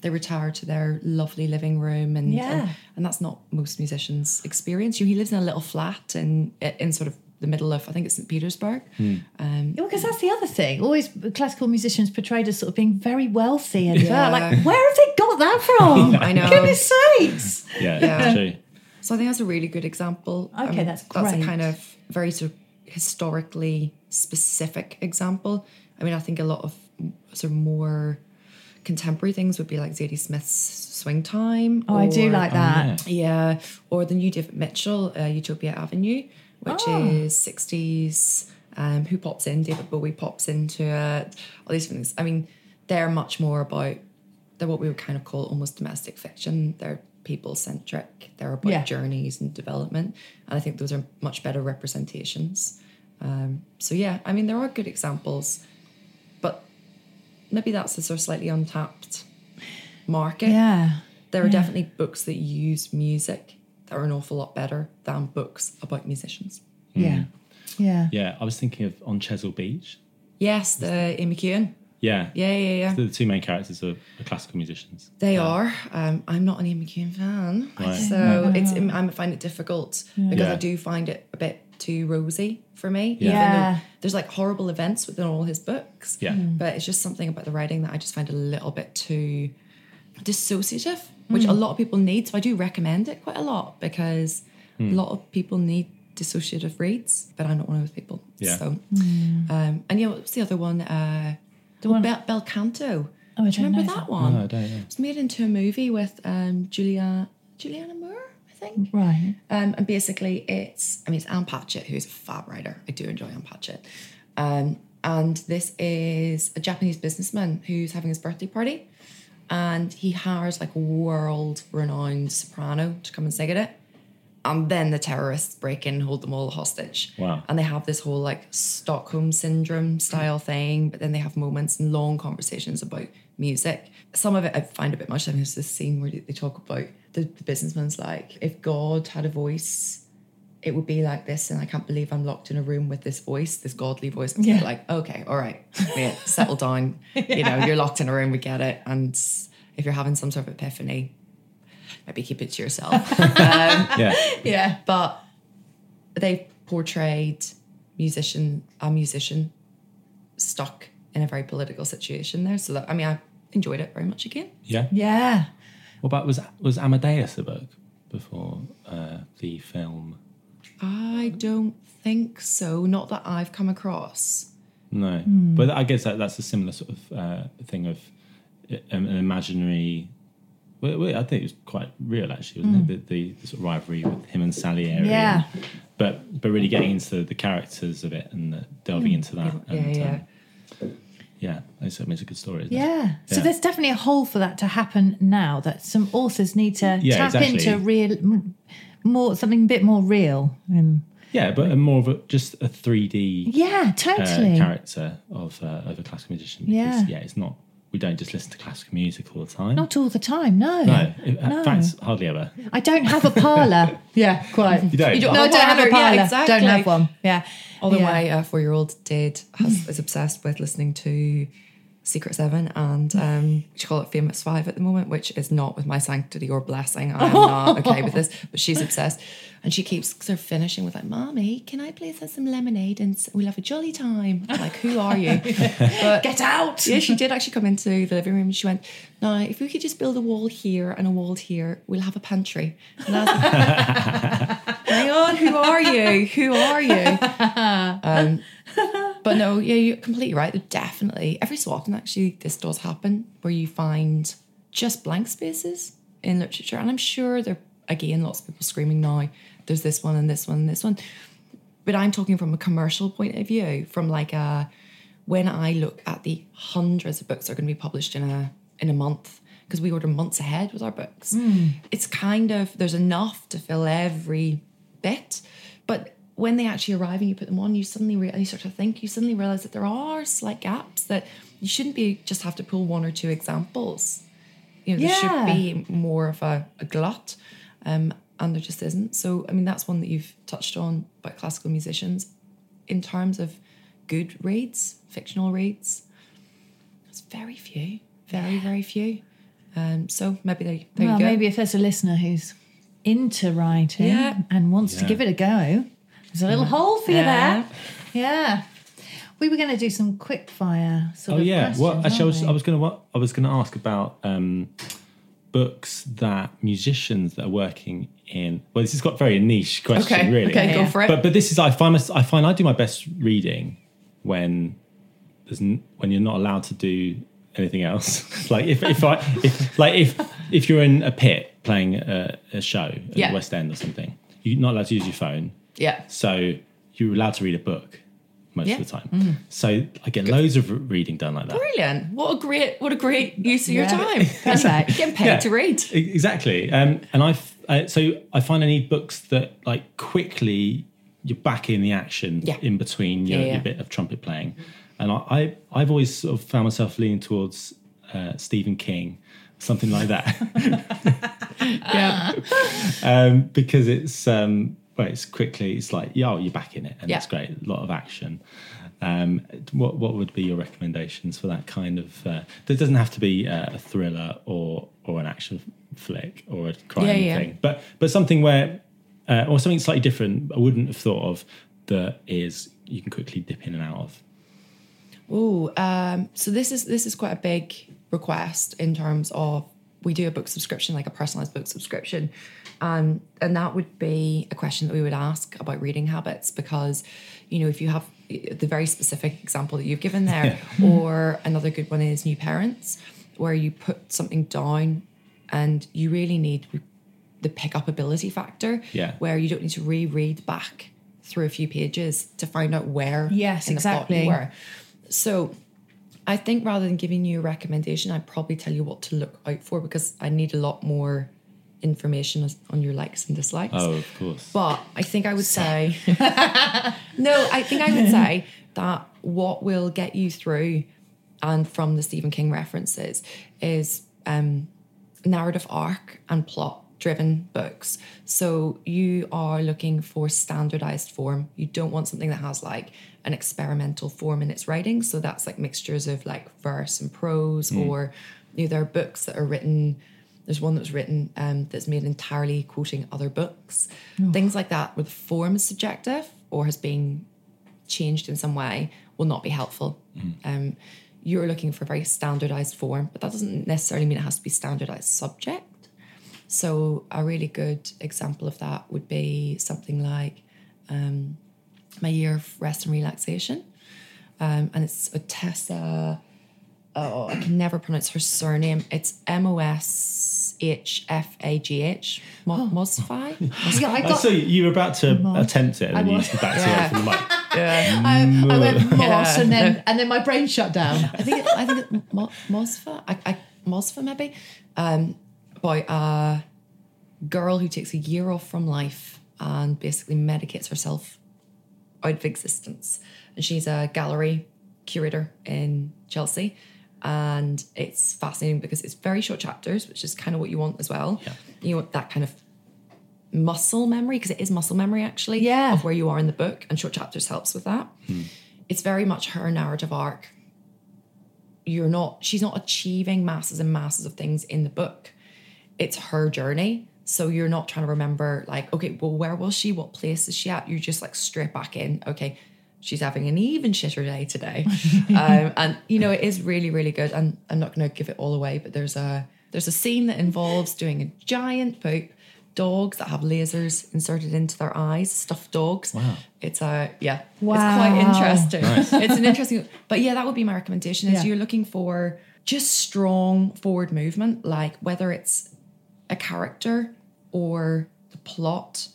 they retire to their lovely living room, and
Yeah.
and, and that's not most musicians' experience. You, know, he lives in a little flat in in sort of the middle of, I think it's St. Petersburg. Um,
Because that's the other thing. Always classical musicians portrayed as sort of being very wealthy and
Yeah.
like, where have they got that
[laughs]
from?
I know.
Goodness sakes.
Yeah,
Yeah.
that's true.
So I think that's a really good example. Um,
Okay, that's
That's a
great.
kind of very sort of historically specific example. I mean, I think a lot of m- sort of more contemporary things would be like Zadie Smith's Swing Time.
Oh, I do
or-
like that.
Yeah, or the new David Mitchell, uh, Utopia Avenue, which
Oh.
is 60s. Um, who pops in? David Bowie pops into it. All these things. I mean, they're much more about they're what we would kind of call almost domestic fiction. They're people centric. They're about
Yeah.
journeys and development, and I think those are much better representations. Um, so yeah, I mean, there are good examples, but maybe that's a sort of slightly untapped market
Yeah.
there are definitely books that use music that are an awful lot better than books about musicians.
Yeah.
Hmm.
Yeah.
Yeah, I was thinking of On Chesil Beach.
Yes, the Amy McEwan.
Yeah.
Yeah, yeah, yeah.
The two main characters are, are classical musicians.
They are. Um, I'm not an Ian McEwan fan, so it's
Mm-hmm.
I'm, I find it difficult because I
Yeah.
do find it a bit too rosy for me. even
Yeah.
though there's like horrible events within all his books.
Yeah.
Mm-hmm.
Mm.
but it's just something about the writing that I just find a little bit too dissociative, which
Mm.
a lot of people need. So I do recommend it quite a lot because
Mm.
a lot of people need dissociative reads, but I'm not one of those people.
Yeah.
So, um, and yeah, what's the other one? Uh, the
Mm. one-
Bel, Bel Canto.
Oh, I
do you
don't know
remember
that.
that one?
No, I don't know.
It was made into a movie with um, Julia Juliana Moore, I think.
Right.
Um, and basically, it's I mean, it's Anne Patchett who's a fab writer. I do enjoy Anne Patchett. Um, and this is a Japanese businessman who's having his birthday party, and he hires like a world-renowned soprano to come and sing at it. And then the terrorists break in, hold them all hostage.
Wow.
And they have this whole like Stockholm syndrome style thing, but then they have moments and long conversations about music. Some of it I find a bit much. I mean, there's this scene where they talk about the, the businessman's like, if God had a voice, it would be like this, and I can't believe I'm locked in a room with this voice, this godly voice. And yeah. like, okay, all right, mate, settle [laughs] down. You know, you're locked in a room, we get it. And if you're having some sort of epiphany, maybe keep it to yourself. [laughs]
Yeah.
Yeah.
but they portrayed musician a musician stuck in a very political situation there. So that I mean, I enjoyed it very much again.
Yeah.
Yeah.
What about was was Amadeus a book before uh, the film?
I don't think so. Not that I've come across.
No, but I guess that, that's a similar sort of uh, thing of i- um, an imaginary. Well, well, I think it was quite real actually, wasn't it? The, the, the sort of rivalry with him and Salieri.
Yeah.
But but really getting into the characters of it and the, delving into that. and,
yeah,
Um, yeah, it's, I mean, it's a good story. Isn't It?
Yeah. So
Yeah.
there's definitely a hole for that to happen now that some authors need to
Yeah,
tap
exactly.
into real m- more something a bit more real. Um,
Yeah, but a more of a, just a three D
yeah,
uh,
totally.
character of uh, of a classical musician. because,
Yeah.
yeah, it's not. We don't just listen to classical music all the time.
Not all the time, no.
no, in
No.
fact, hardly ever.
I don't have a
[laughs]
parlor. yeah, quite.
You don't
No, I don't have a
Parlour, yeah,
parlor.
exactly.
Don't have one. Yeah.
Although
Yeah.
my uh, four-year-old did has, is obsessed with listening to Secret Seven and um, she call it Famous Five at the moment, which is not with my sanctity or blessing. I am not okay with this, but she's obsessed, and she keeps sort of finishing with like, "Mommy, can I please have some lemonade and s- we'll have a jolly time?" I'm like, who are you? But-
Get out.
yeah, she did actually come into the living room and she went, Now, if we could just build a wall here and a wall here, we'll have a pantry. And I was like, [laughs] Hang on, who are you? Who are you? Um, but no, yeah, you're completely right. Definitely. Every so often, actually, this does happen where you find just blank spaces in literature. And I'm sure there, again, lots of people screaming now, there's this one and this one and this one but I'm talking from a commercial point of view, from like a when I look at the hundreds of books that are going to be published in a in a month because we order months ahead with our books. It's kind of there's enough to fill every bit, but when they actually arrive and you put them on, you suddenly rea- you start to think. You suddenly realize that there are slight gaps that you shouldn't be just have to pull one or two examples. You know, there
Yeah.
should be more of a, a glut, um, and there just isn't. So, I mean, that's one that you've touched on about classical musicians in terms of good reads, fictional reads. There's very few, very very few. Um, so maybe there, there
Well,
you go.
maybe if there's a listener who's into writing
Yeah.
and wants to
Yeah.
give it a go, there's a little hole for you there. Yeah. We were going to do some quick fire sort
Oh
of
yeah.
questions.
Well, actually, I was, I
aren't
was gonna wa- I was gonna ask about um, books that musicians that are working in. Well, this is got very niche question,
Okay,
really.
okay, go for it.
But but this is I find mys- I find I do my best reading when there's n- when you're not allowed to do anything else. [laughs] like if if I if, like if if you're in a pit playing a, a show at
Yeah.
the West End or something, you're not allowed to use your phone.
yeah,
So you're allowed to read a book most
Yeah. Mm.
of the time. So I get loads of reading done like that.
brilliant! What a great, what a great use of
Yeah.
your time.
[laughs] That's right.
Getting paid
Yeah.
to read.
E- Exactly. Um, and I, f- uh, so I find I need books that like quickly you're back in the action
Yeah.
in between your,
Yeah, yeah.
your bit of trumpet playing. And I, I, I've always sort of found myself leaning towards uh, Stephen King, something like
[laughs]
that. yeah. [laughs] Um, because it's, um, well, it's quickly, it's like, yeah, you're back in it and
Yeah.
it's great. A lot of action. Um, what what would be your recommendations for that kind of? Uh, that doesn't have to be uh, a thriller or or an action flick or a crime
Yeah, yeah.
thing, but but something where uh, or something slightly different I wouldn't have thought of that is you can quickly dip in and out of.
Oh, um, so this is this is quite a big request in terms of we do a book subscription, like a personalized book subscription, um, and that would be a question that we would ask about reading habits because, you know, if you have eh, the very specific example that you've given there, [laughs] or another good one is new parents, where you put something down, and you really need the pick up ability factor,
Yeah.
where you don't need to reread back through a few pages to find out where
Yes,
in the plot
exactly.
you were. So I think rather than giving you a recommendation, I'd probably tell you what to look out for because I need a lot more information as- on your likes and dislikes.
Oh, of course.
But I think I
[laughs]
would say, no, I think I would say that what will get you through and from the Stephen King references is um, narrative arc and plot driven books. So you are looking for standardized form. You don't want something that has like an experimental form in its writing. So that's like mixtures of like verse and prose, or you know, there are books that are written There's one that was written um, that's made entirely quoting other books, things like that, where the form is subjective or has been changed in some way will not be helpful. Um, you're looking for a very standardized form, but that doesn't necessarily mean it has to be standardized subject. So, a really good example of that would be something like um, my year of rest and relaxation. Um, and it's Otessa. Oh, I can never pronounce her surname. It's M O S H F A G H. Mosfi?
Yeah, I
I
got.
saw you, you were about to attempt it, and then you
was.
backed away
Yeah.
from the mic.
I, I went moss,
Yeah.
and then and then my brain shut down.
I think it, I think it, Mo- Mosfa, I, I, Mosfa maybe, um, by a girl who takes a year off from life and basically medicates herself out of existence. And she's a gallery curator in Chelsea. And it's fascinating because it's very short chapters, which is kind of what you want as well.
Yeah.
You want that kind of muscle memory, because it is muscle memory actually,
Yeah.
of where you are in the book. And short chapters helps with that. It's very much her narrative arc you're not she's not achieving masses and masses of things in the book it's her journey so you're not trying to remember like okay well where was she what place is she at you just like straight back in okay she's having an even shitter day today um, and you know it is really really good and i'm not going to give it all away but there's a there's a scene that involves doing a giant poop dogs that have lasers inserted into their eyes stuffed dogs wow it's a yeah it's
Wow.
quite interesting it's an interesting but yeah that would be my recommendation is
Yeah.
you're looking for just strong forward movement like whether it's a character or the plot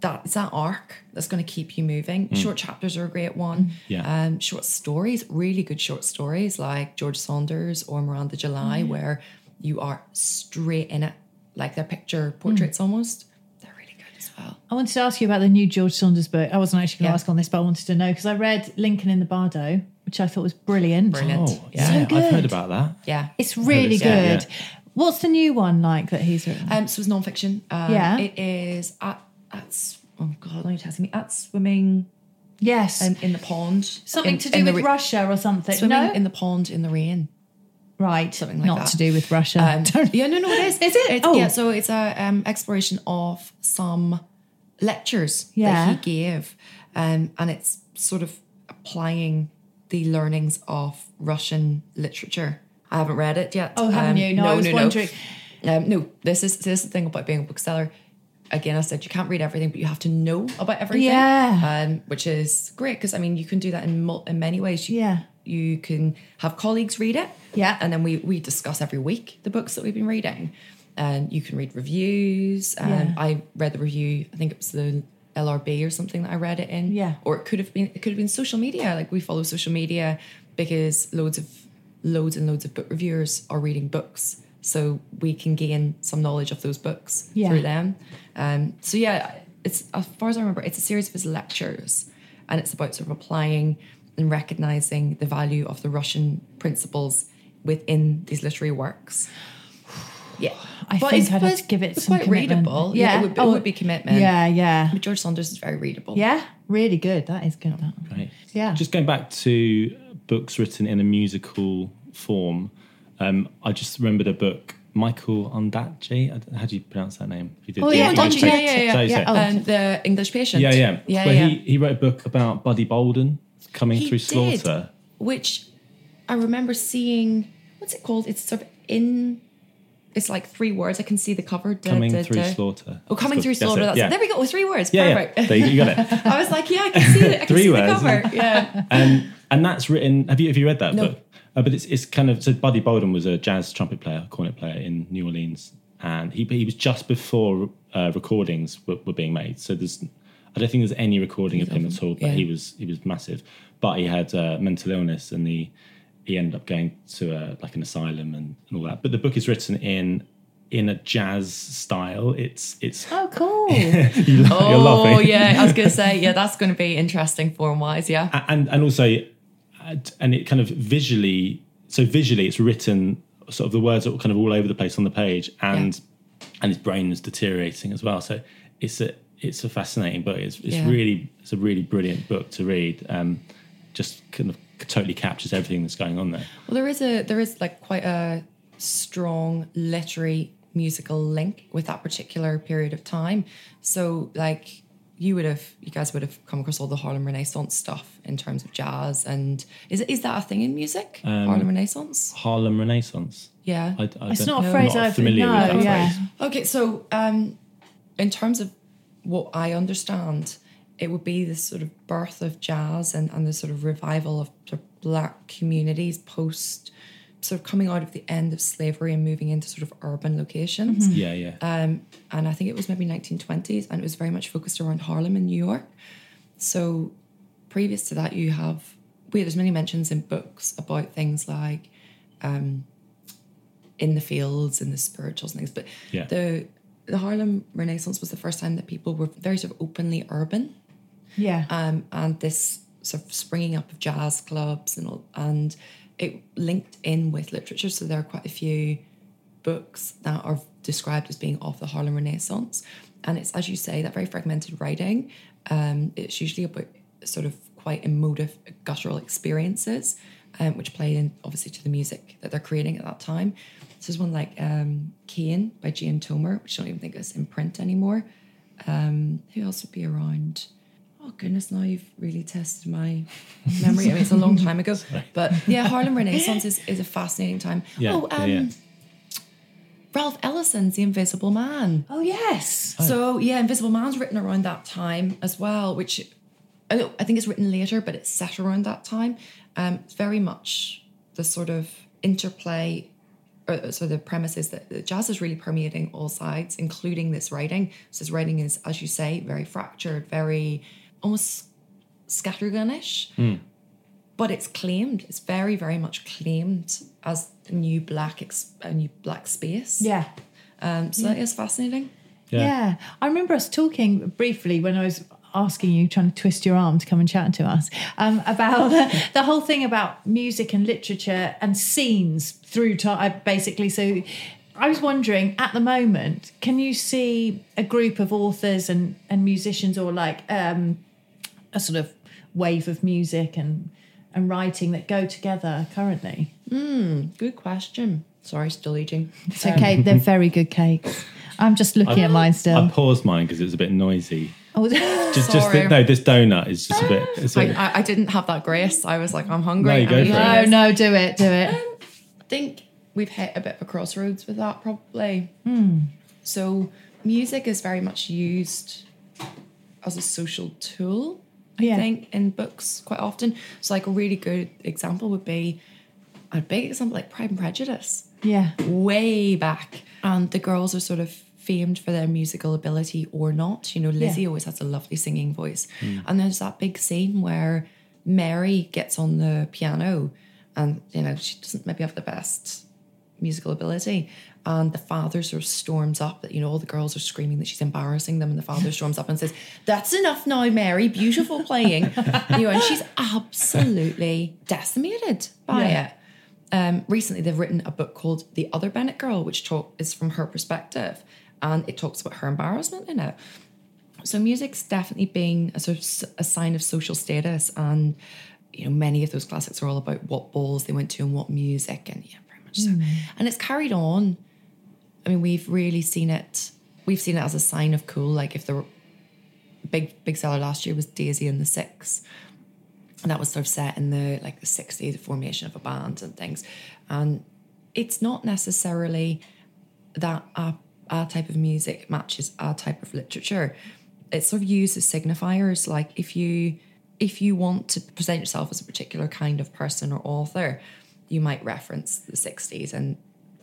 that it's that arc that's going to keep you moving short chapters are a great one
Mm. Yeah.
um short stories really good short stories like george saunders or miranda july
Mm.
where you are straight in it like they're picture
Mm.
portraits almost they're really good as well
I wanted to ask you about the new George Saunders book. I wasn't actually going to
Yeah.
ask on this, but I wanted to know because I read Lincoln in the Bardo, which I thought was brilliant.
brilliant
Oh,
yeah
yeah, I've heard
good.
about that.
yeah
It's really
Yeah,
good. What's the new one like that he's written?
Um, so it's nonfiction. Um,
Yeah.
It is at, at s- oh god, don't you tell me at swimming
yes,
um, in the pond.
something
in-
to do
in the
with
ra-
Russia or something.
Swimming
no,
in the pond in the rain.
right,
something like
not
that.
to do with Russia.
Um,
[laughs] Don't-
yeah, no, no, it is.
Is it?
It's,
Oh.
Yeah, so it's a um, exploration of some lectures
Yeah.
that he gave, um, and it's sort of applying the learnings of Russian literature. I haven't read it yet.
Oh, haven't
Um,
you? No, I was wondering.
Um, no, this is this is the thing about being a bookseller. Again, I said you can't read everything, but you have to know about everything.
Yeah.
um, which is great because I mean you can do that in mul- in many ways. You,
Yeah.
you can have colleagues read it.
Yeah.
and then we we discuss every week the books that we've been reading, and you can read reviews. Um,
Yeah.
I read the review. I think it was the LRB or something that I read it in.
Yeah.
or it could have been it could have been social media. Like we follow social media because loads of loads and loads of book reviewers are reading books. So we can gain some knowledge of those books
Yeah.
through them. Um, so yeah, it's as far as I remember, it's a series of his lectures, and it's about sort of applying and recognizing the value of the Russian principles within these literary works. Yeah,
I
But
think
it's-
I'd
but
have to give it
it's
some
quite
commitment.
readable. Yeah, it would be, it
Oh,
would be commitment.
Yeah, yeah,
but George Saunders is very readable.
yeah. Really good. That is good. That one.
Right.
Yeah.
Just going back to books written in a musical form, um, I just remembered a book, Michael Ondaatje. I don't- How do you pronounce that name? If you did
Oh,
the
yeah,
English
Ondaatje,
text.
yeah, yeah,
Is that how you say it?
yeah. Oh.
Um, the English patient.
Yeah, yeah.
yeah,
But
yeah.
He, he wrote a book about Buddy Bolden coming
He
through
did.
slaughter.
which I remember seeing. What's it called? It's sort of in. It's like three words. I can see the cover. Da,
Coming
da,
through
da.
slaughter.
Oh, coming through slaughter. That's
yeah.
it. There we go. Oh, Three words.
Yeah, yeah.
Perfect.
There you, you got it.
[laughs] I was like, yeah, I can
[laughs]
see it. I can
Three
see
words.
the cover. Yeah.
Um, and that's written. Have you have you read that
No.
book? Uh, but it's it's kind of so. Buddy Bolden was a jazz trumpet player, cornet player in New Orleans, and he he was just before uh, recordings were, were being made. So there's I don't think there's any recording of him at all. But
yeah.
he was he was massive. But he had uh, mental illness, and he he ended up going to a, like an asylum and, and all that. But the book is written in in a jazz style. It's it's
Oh,
[laughs]
cool.
you oh, [laughs] you're laughing.
Oh, yeah. I was going to say,
[laughs]
yeah, that's going to be interesting form wise. Yeah.
A- and and also and and it kind of visually so visually it's written sort of the words are kind of all over the place on the page and and his brain is deteriorating as well so it's a it's a fascinating book it's, it's
Yeah.
really it's a really brilliant book to read um just kind of totally captures everything that's going on there
Well, there is a there is like quite a strong literary musical link with that particular period of time. So like you would have you guys would have come across all the Harlem Renaissance stuff in terms of jazz and is is that a thing in music? Harlem Renaissance?
Harlem Renaissance.
Yeah.
I, I
It's
don't-
not a
I'm
phrase
not
I've
familiar
no,
with that
yeah.
phrase.
Okay, so um, in terms of what I understand, it would be this sort of birth of jazz and, and the sort of revival of the black communities post sort of coming out of the end of slavery and moving into sort of urban locations.
Yeah, yeah.
Uh,
Um, and I think it was maybe 1920s, and it was very much focused around Harlem in New York. So previous to that, you have we there's many mentions in books about things like um, in the fields and the spirituals and things, but
Yeah.
the the Harlem Renaissance was the first time that people were very sort of openly urban
Yeah.
um, and this sort of springing up of jazz clubs and all, and it linked in with literature. So there are quite a few books that are described as being of the Harlem Renaissance, and it's as you say that very fragmented writing. Um, it's usually about sort of quite emotive guttural experiences, um, which play in obviously to the music that they're creating at that time. So there's one like um, Cain by Jane Tomer, which I don't even think is in print anymore. Um, who else would be around? Oh goodness, now you've really tested my memory. I mean, it's a long time
[laughs]
ago, but yeah, Harlem Renaissance is, is a fascinating time.
Yeah,
oh,
yeah,
um,
yeah.
Ralph Ellison's The Invisible Man.
oh yes.
So yeah, Invisible Man's written around that time as well, which I, don't- I think it's written later, but it's set around that time. Um, it's very much the sort of interplay, or, so the premise is that the jazz is really permeating all sides, including this writing. So this writing is, as you say, very fractured, very almost scattergunish, but it's claimed. It's very, very much claimed as a new black, ex- a new black space.
Yeah.
Um, so that is fascinating.
yeah.
Yeah.
I remember us talking briefly when I was asking you, trying to twist your arm to come and chat to us um, about [laughs] the, the whole thing about music and literature and scenes through time, basically. So I was wondering at the moment, can you see a group of authors and, and musicians or like um, a sort of wave of music and, and writing that go together currently?
Good question. Sorry, still eating.
It's okay. They're [laughs] very good cakes. I'm just looking at mine still. [laughs]
I paused mine because it was a bit noisy.
Oh,
Just, just
Sorry.
that, no, this donut is just a bit. It's a,
[laughs] I, I, I didn't have that grace. I was like, I'm hungry.
No, you go
I'm
for it.
eating
no,
this.
Oh, no, do it, do it.
I think we've hit a bit of a crossroads with that probably.
Hmm.
So music is very much used as a social tool, I
Yeah.
think, in books quite often. So like a really good example would be a big example like Pride and Prejudice.
Yeah.
way back. And the girls are sort of famed for their musical ability or not. You know, Lizzie always has a lovely singing voice. And there's that big scene where Mary gets on the piano and, you know, she doesn't maybe have the best musical ability. And the father sort of storms up that, you know, all the girls are screaming that she's embarrassing them. And the father storms up and says, That's enough now, Mary. Beautiful playing. you know, and she's absolutely decimated by it um, recently they've written a book called The Other Bennett Girl, which talk, is from her perspective, and it talks about her embarrassment in it. So music's definitely being a sort of s- a sign of social status, and you know many of those classics are all about what balls they went to and what music, and yeah, very much so. And it's carried on. I mean, we've really seen it. We've seen it as a sign of cool. Like if the big big seller last year was Daisy and the Six, and that was sort of set in the like the 60s the formation of a band and things and it's not necessarily that our, our type of music matches our type of literature it's sort of used as signifiers like if you if you want to present yourself as a particular kind of person or author you might reference the 60s and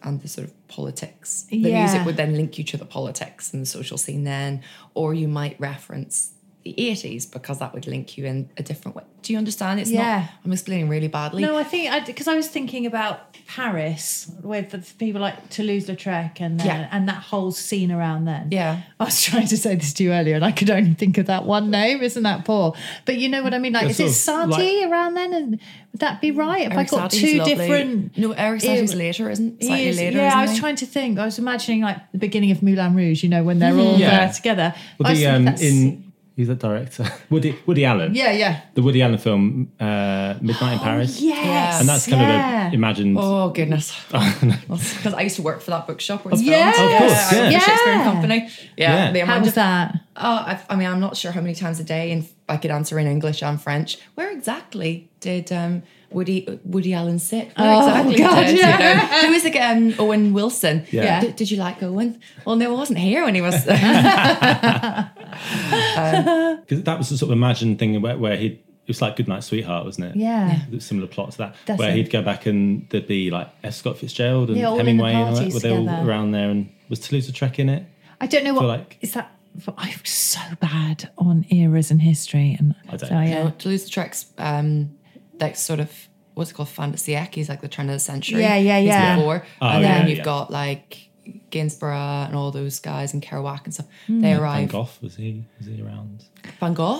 and the sort of politics the music
Yeah.
would then link you to the politics and the social scene then or you might reference the 80s because that would link you in a different way do you understand it's
Yeah.
not i'm explaining really badly
No, I think because I, was thinking about Paris with the people like Toulouse-Lautrec and uh,
Yeah.
and that whole scene around then.
yeah
I was [laughs] trying to say this to you earlier, and I could only think of that one name. Isn't that poor? But you know what I mean. Like,
Yeah,
is it
sort of
Sati around then? And would that be right? If I got
Satie's
two
lovely.
different.
no eric
Ew.
satie's later isn't
He
slightly
is-
later
yeah,
isn't
I was
he?
trying to think. I was imagining like the beginning of Moulin Rouge, you know, when they're all
Mm-hmm. Yeah.
there together.
Well,
I was
the
thinking
um,
that's-
in He's that director. [laughs] Woody Woody Allen.
Yeah, yeah.
The Woody Allen film uh, Midnight in Paris.
Yes.
And that's kind
yeah.
of a imagined. [laughs]
Oh goodness, [laughs] because I used to work for that bookshop. Where it's
Yes.
filmed.
Of course,
I worked
yeah.
for Shakespeare and
Yeah.
Company. Yeah,
Yeah.
the
How
amount
was
of-
that?
Oh, i I mean, I'm not sure how many times a day, and I could answer in English and French. Where exactly did um, Woody Woody Allen sit? Where
Oh,
exactly
God,
did
yeah.
you know? Who was like um, Owen Wilson?
Yeah. Yeah.
Did, did you like Owen? Well, no, I wasn't here when he was.
[laughs]
yeah,
Because that was the sort of imagined thing where, where he it was like Goodnight Sweetheart, wasn't it?
Yeah.
There's Similar plot to that,
That's
where
it.
he'd go back and there'd be like F. Scott Fitzgerald and
Yeah, all in the
Hemingway and all that,
parties
where they were all
together.
around there. And was Toulouse Trek in it?
I don't know what is
like-
that. I'm so bad on eras and history, and I
don't
so, yeah.
Toulouse Lautrec's um, like sort of what's it called Fantasiac. He's like the turn of the century.
Yeah, yeah,
He's
yeah.
before,
Oh,
and then
yeah,
you've
yeah.
got like Gainsborough and all those guys and Kerouac and stuff.
Hmm.
They
Van
arrive.
Gogh was he? Was he around?
Van Gogh.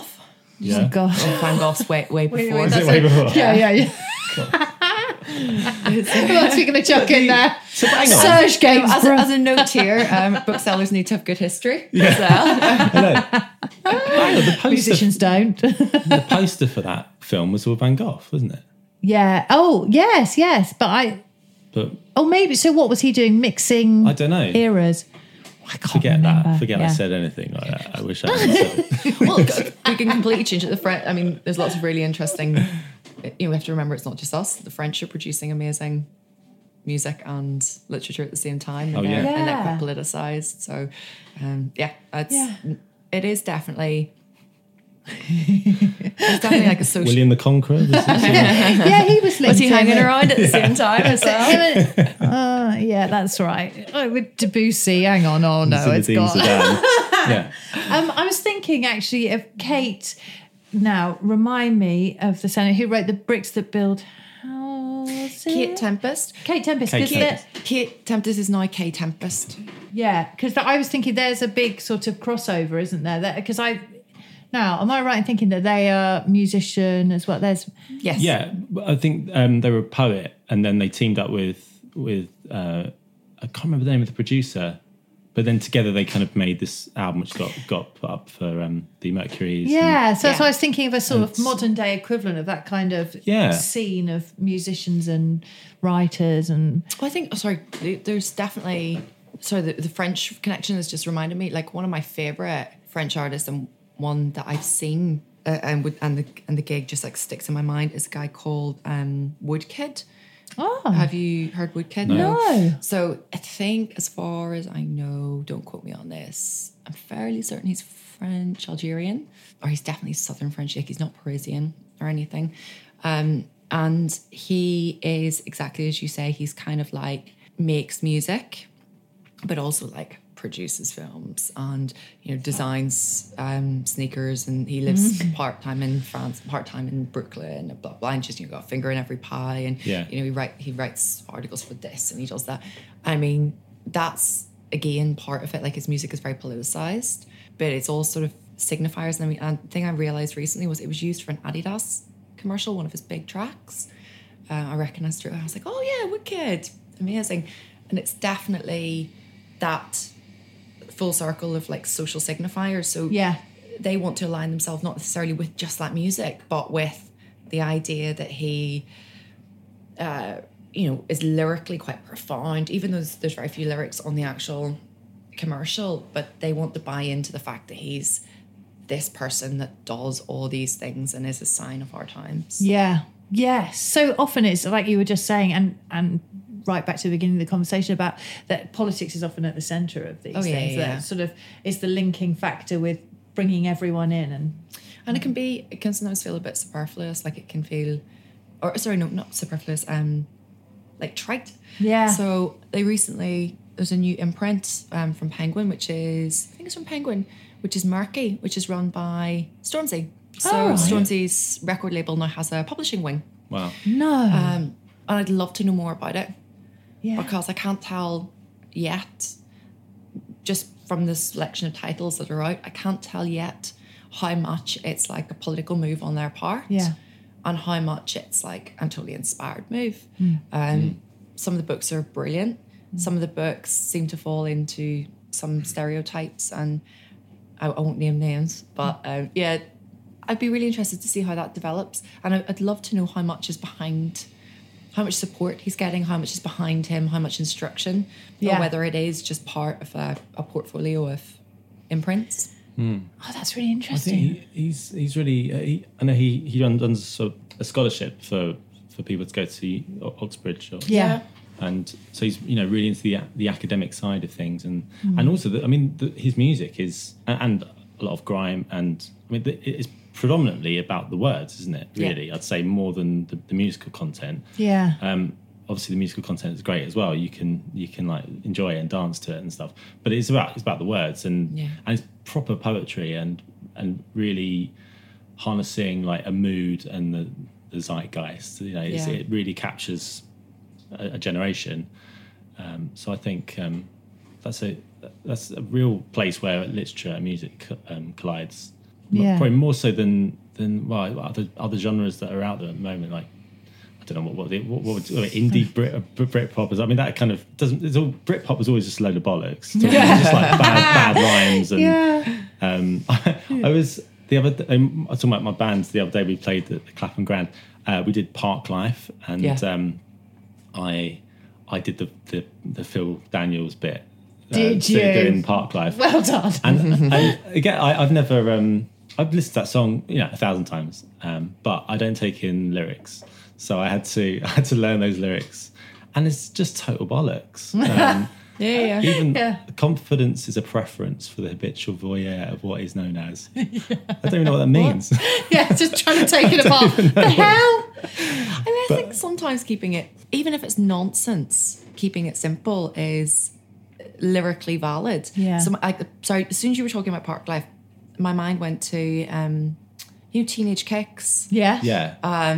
Yeah. Van
God.
Oh, Van Gogh's way way before.
wait,
Is it way before?
[laughs] Yeah, yeah, yeah. [laughs] Who else are we going to chuck in there?
So hang on.
Serge
as, a,
Gainsborough.
as a note here, um, booksellers need to have good history
[laughs]
as well.
[laughs]
Hello. Hang on, the poster,
Musicians don't. [laughs]
the poster for that film was all Van Gogh, wasn't it?
yeah. Oh, yes, yes. But I.
But
Oh, maybe. So, what was he doing? Mixing
I don't know.
eras. I can't
Forget
remember.
that. Forget I
Yeah. [laughs]
said anything like that. I wish I hadn't said it.
well, we can completely change it. The French, I mean, there's lots of really interesting. You know, we have to remember it's not just us. The French are producing amazing music and literature at the same time, and,
Oh,
they're,
yeah.
and they're
Yeah.
quite politicized. So, um, yeah, it's
Yeah.
it is definitely. it's
[laughs]
definitely like a
[laughs]
social.
William the Conqueror. Was
[laughs]
it?
yeah, he was.
was he
linked,
hanging
wasn't
around at the same time
[laughs]
as well?
Him and- uh, yeah, that's right. Oh, with Debussy, hang on. Oh no, it's
Zinedine
gone. [laughs]
Zidane. Yeah.
Um, I was thinking actually of Kate. Now remind me of the senator who wrote the bricks that build houses.
Kate Tempest.
Kate Tempest.
Kate
'cause the-
Tempest.
Kate Tempest is now Kay Tempest.
yeah, because I was thinking there's a big sort of crossover, isn't there? Because I now am I right in thinking that they are musician as well? There's
Yes.
Yeah, but I think um, they were a poet, and then they teamed up with with uh, I can't remember the name of the producer, but then together they kind of made this album, which got got put up for um, the Mercury's. and-
yeah, so that's
Yeah.
why I was thinking of a sort of modern day equivalent of that kind of
Yeah.
scene of musicians and writers and
Well, I think, oh, sorry, th- there's definitely, sorry, the, the French connection has just reminded me, like one of my favorite French artists and one that I've seen uh, and would, and the, and the gig just like sticks in my mind is a guy called um, Woodkid.
oh
Have you heard Woodkid?
No.
So I think, as far as I know, don't quote me on this, I'm fairly certain he's French Algerian, or he's definitely Southern French. Like he's not Parisian or anything. Um, and he is exactly as you say. He's kind of like makes music, but also like produces films and you know designs um, sneakers and he lives part time in France, part time in Brooklyn, and blah blah. And just you know, got a finger in every pie, and
Yeah.
you know he write he writes articles for this and he does that. I mean, that's again part of it. Like his music is very politicized, but it's all sort of signifiers. And I mean, and the thing I realized recently was it was used for an Adidas commercial, one of his big tracks uh, I recognized it. I was like, oh yeah, wicked, amazing, and it's definitely that full circle of like social signifiers. So
yeah.
they want to align themselves not necessarily with just that music, but with the idea that he, uh, you know, is lyrically quite profound. Even though there's, there's very few lyrics on the actual commercial, but they want to buy into the fact that he's this person that does all these things and is a sign of our times.
Yeah. Yeah. So often it's like you were just saying, and and right back to the beginning of the conversation about that politics is often at the centre of these
Oh, yeah,
things.
yeah.
That sort of is the linking factor with bringing everyone in and
and it can be it can sometimes feel a bit superfluous like it can feel or sorry no not superfluous um like trite
Yeah.
so they recently there's a new imprint um, from penguin which is i think it's from penguin which is murky which is run by stormzy so
Oh, right.
stormzy's record label now has a publishing wing
Wow.
no.
um, and i'd love to know more about it
yeah.
because I can't tell yet, just from the selection of titles that are out, I can't tell yet how much it's like a political move on their part
Yeah.
and how much it's like a totally inspired move. Um, Some of the books are Hmm. brilliant, some of the books seem to fall into some stereotypes and I, I won't name names, but um, yeah, I'd be really interested to see how that develops, and I, I'd love to know how much is behind, how much support he's getting, how much is behind him, how much instruction,
Yeah.
or whether it is just part of a, a portfolio of imprints.
Oh, that's really
I think
interesting.
he, he's he's really. Uh, he, I know he he runs, runs a, a scholarship for for people to go to O- Oxbridge. Or,
Yeah.
and so he's you know really into the a- the academic side of things and and also the, I mean the, his music is a- and a lot of grime and I mean the, it's predominantly about the words isn't it really I'd say more than the, the musical content
Yeah.
um obviously the musical content is great as well you can you can like enjoy it and dance to it and stuff but it's about it's about the words and
Yeah.
and it's proper poetry and and really harnessing like a mood and the, the zeitgeist you know it's,
Yeah.
it really captures a, a generation um, so i think um, that's a that's a real place where literature and music co- um, collides M-
Yeah.
probably more so than than well other other genres that are out there at the moment like I don't know what what, the, what, what would, like indie Brit, Brit pop is. I mean, that kind of doesn't. It's all Brit pop was always just a load of bollocks. It's just like bad, bad
[laughs]
rhymes and
Yeah.
um, I, was the other. Day, um, I was talking about my bands the other day. We played at the Clapham Grand. Uh, we did Park Life, and
Yeah.
um, I I did the, the the Phil Daniels bit. uh,
Did
do-
you?
doing Park Life?
Well done.
[laughs] and, and again, I, I've never. Um, I've listened to that song, you know, a thousand times, um, but I don't take in lyrics, so I had to [laughs] I had to learn those lyrics, and it's just total [laughs] bollocks. Um,
Yeah, yeah.
even
Yeah.
confidence is a preference for the habitual voyeur of what is known [laughs] as. I don't even know what that means.
[laughs] yeah, just trying to [laughs] take it apart. The hell?
I mean, I think sometimes keeping it, even if it's nonsense, keeping it simple is lyrically valid.
Yeah.
So, I, sorry, as soon as you were talking about Park Life, my mind went to um, you know, Teenage Kicks,
Yeah.
yeah.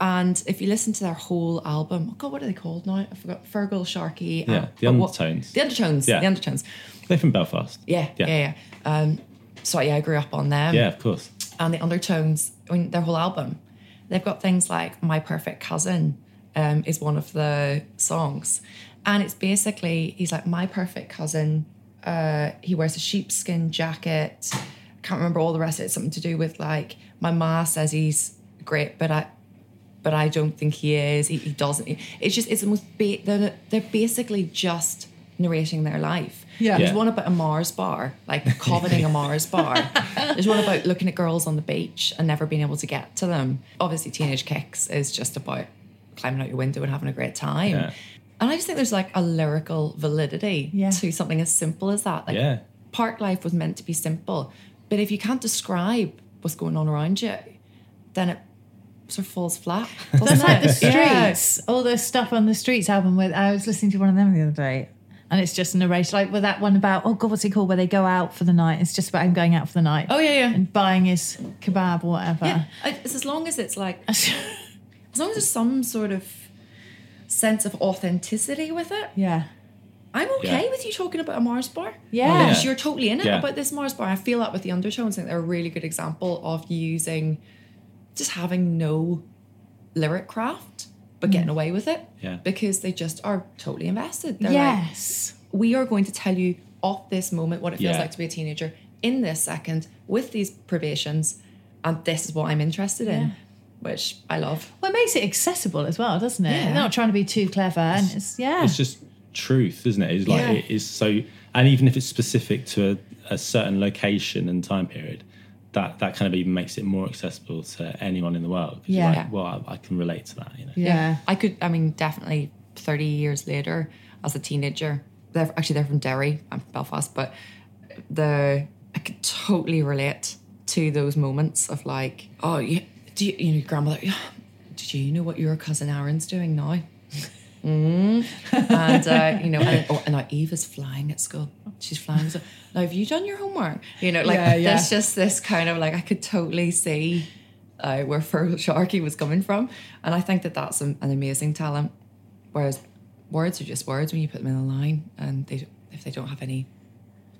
and if you listen to their whole album, oh God, what are they called now? I forgot. Fergal Sharkey.
Yeah,
uh,
The
uh, what-
Undertones.
the Undertones.
Yeah.
The Undertones.
They're from Belfast.
Yeah, yeah,
Yeah.
yeah. Um, so yeah, I grew up on them.
Yeah, of course.
and the undertones I mean, their whole album they've got things like my perfect cousin um, is one of the songs and it's basically he's like my perfect cousin uh, he wears a sheepskin jacket can't remember all the rest of it It's something to do with like my ma says he's great but i but i don't think he is he, he doesn't it's just it's the most ba- they're, they're basically just narrating their life
Yeah.
There's
Yeah.
one about a Mars bar, like [laughs] coveting a Mars bar. There's one about looking at girls on the beach and never being able to get to them. Obviously, Teenage Kicks is just about climbing out your window and having a great time.
Yeah.
And I just think there's like a lyrical validity
Yeah.
to something as simple as that. Like
Yeah.
park life was meant to be simple, but if you can't describe what's going on around you, then it sort of falls flat. doesn't
[laughs] That's like
it?
the
[laughs] Yeah.
streets, all the stuff on the streets album. With I was listening to one of them the other day, and it's just narrated like with that one about oh god, what's it called? Where they go out for the night. It's just about him going out for the night.
Oh yeah, yeah.
and buying his kebab or whatever.
Yeah, I- it's as long as it's like, as long as there's some sort of sense of authenticity with it,
[laughs] yeah.
I'm okay
Yeah.
with you talking about a Mars bar.
Yeah.
Because you're totally in it
Yeah.
about this Mars bar. I feel that with the undertones, I think they're a really good example of using just having no lyric craft, but getting away with it.
Yeah.
Because they just are totally invested. They're like,
yes.
we are going to tell you off this moment what it feels
Yeah.
like to be a teenager in this second with these privations, and this is what I'm interested in, which I love.
well, it makes it accessible as well, doesn't it?
Yeah.
They're not trying to be too clever, and it's yeah,
It's just truth, isn't it? It's like
Yeah.
it is so, and even if it's specific to a, a certain location and time period, that that kind of even makes it more accessible to anyone in the world. 'Cause you're
Yeah.
like, well, I, I can relate to that. You know.
yeah.
I could, I mean, definitely 30 years later as a teenager, they're actually, they're from Derry, I'm from Belfast, but the, I could totally relate to those moments of like, oh, yeah, do you, you know, your grandmother, [gasps] yeah, did you know what your cousin Aaron's doing now? Mm. And, uh, you
[laughs]
know, and, oh, and now Eva's flying at school. She's flying. So, now, have you done your homework? You know, like,
Yeah, yeah.
there's just this kind of like, I could totally see uh, where Fergal Sharkey was coming from. And I think that that's an, an amazing talent. Whereas words are just words when you put them in a line and they if they don't have any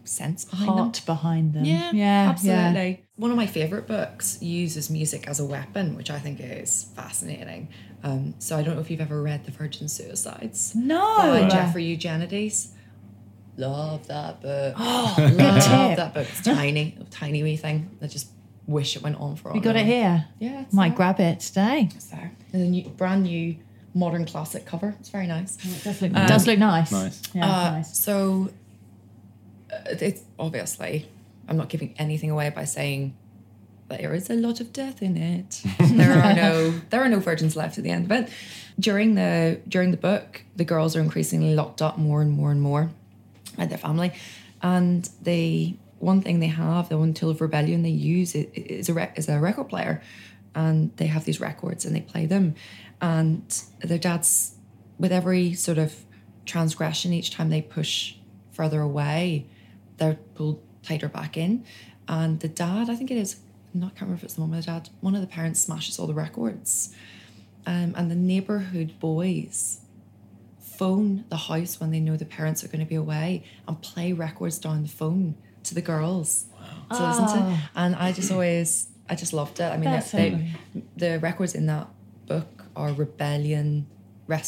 sense behind them.
Heart behind them.
Yeah,
yeah,
absolutely. One of my favourite books uses music as a weapon, which I think is fascinating. Um,
Oh,
so I don't know if you've ever read The Virgin Suicides
No,
by Jeffrey Eugenides. Love that
[gasps]
book.
Oh, Good
Love
tip.
that book. It's tiny, a tiny wee thing. I just wish it went on for.
You got it here.
Yeah, it's
Might
there.
grab it today.
It's there. And a new, brand new modern classic cover. It's very nice.
It does look, does look nice.
Nice.
Yeah,
Uh,
nice.
So uh, it's obviously, I'm not giving anything away by saying there is a lot of death in
[laughs]
it. there are no there are no virgins left at the end of it. During the during the book, the girls are increasingly locked up more and more and more by their family, and the one thing they have, the one tool of rebellion they use i- i- is a rec- is a record player, and they have these records and they play them, and their dad's with every sort of transgression each time they push further away they're pulled tighter back in. And the dad, I think it is, I'm not can't remember if it's the mum or the dad, one of the parents smashes all the records. Um, and the neighborhood boys phone the house when they know the parents are going to be away and play records down the phone to the girls. Wow. To listen to. And I just always, I just loved it. I mean,
That's
they, the records in that book are rebellion,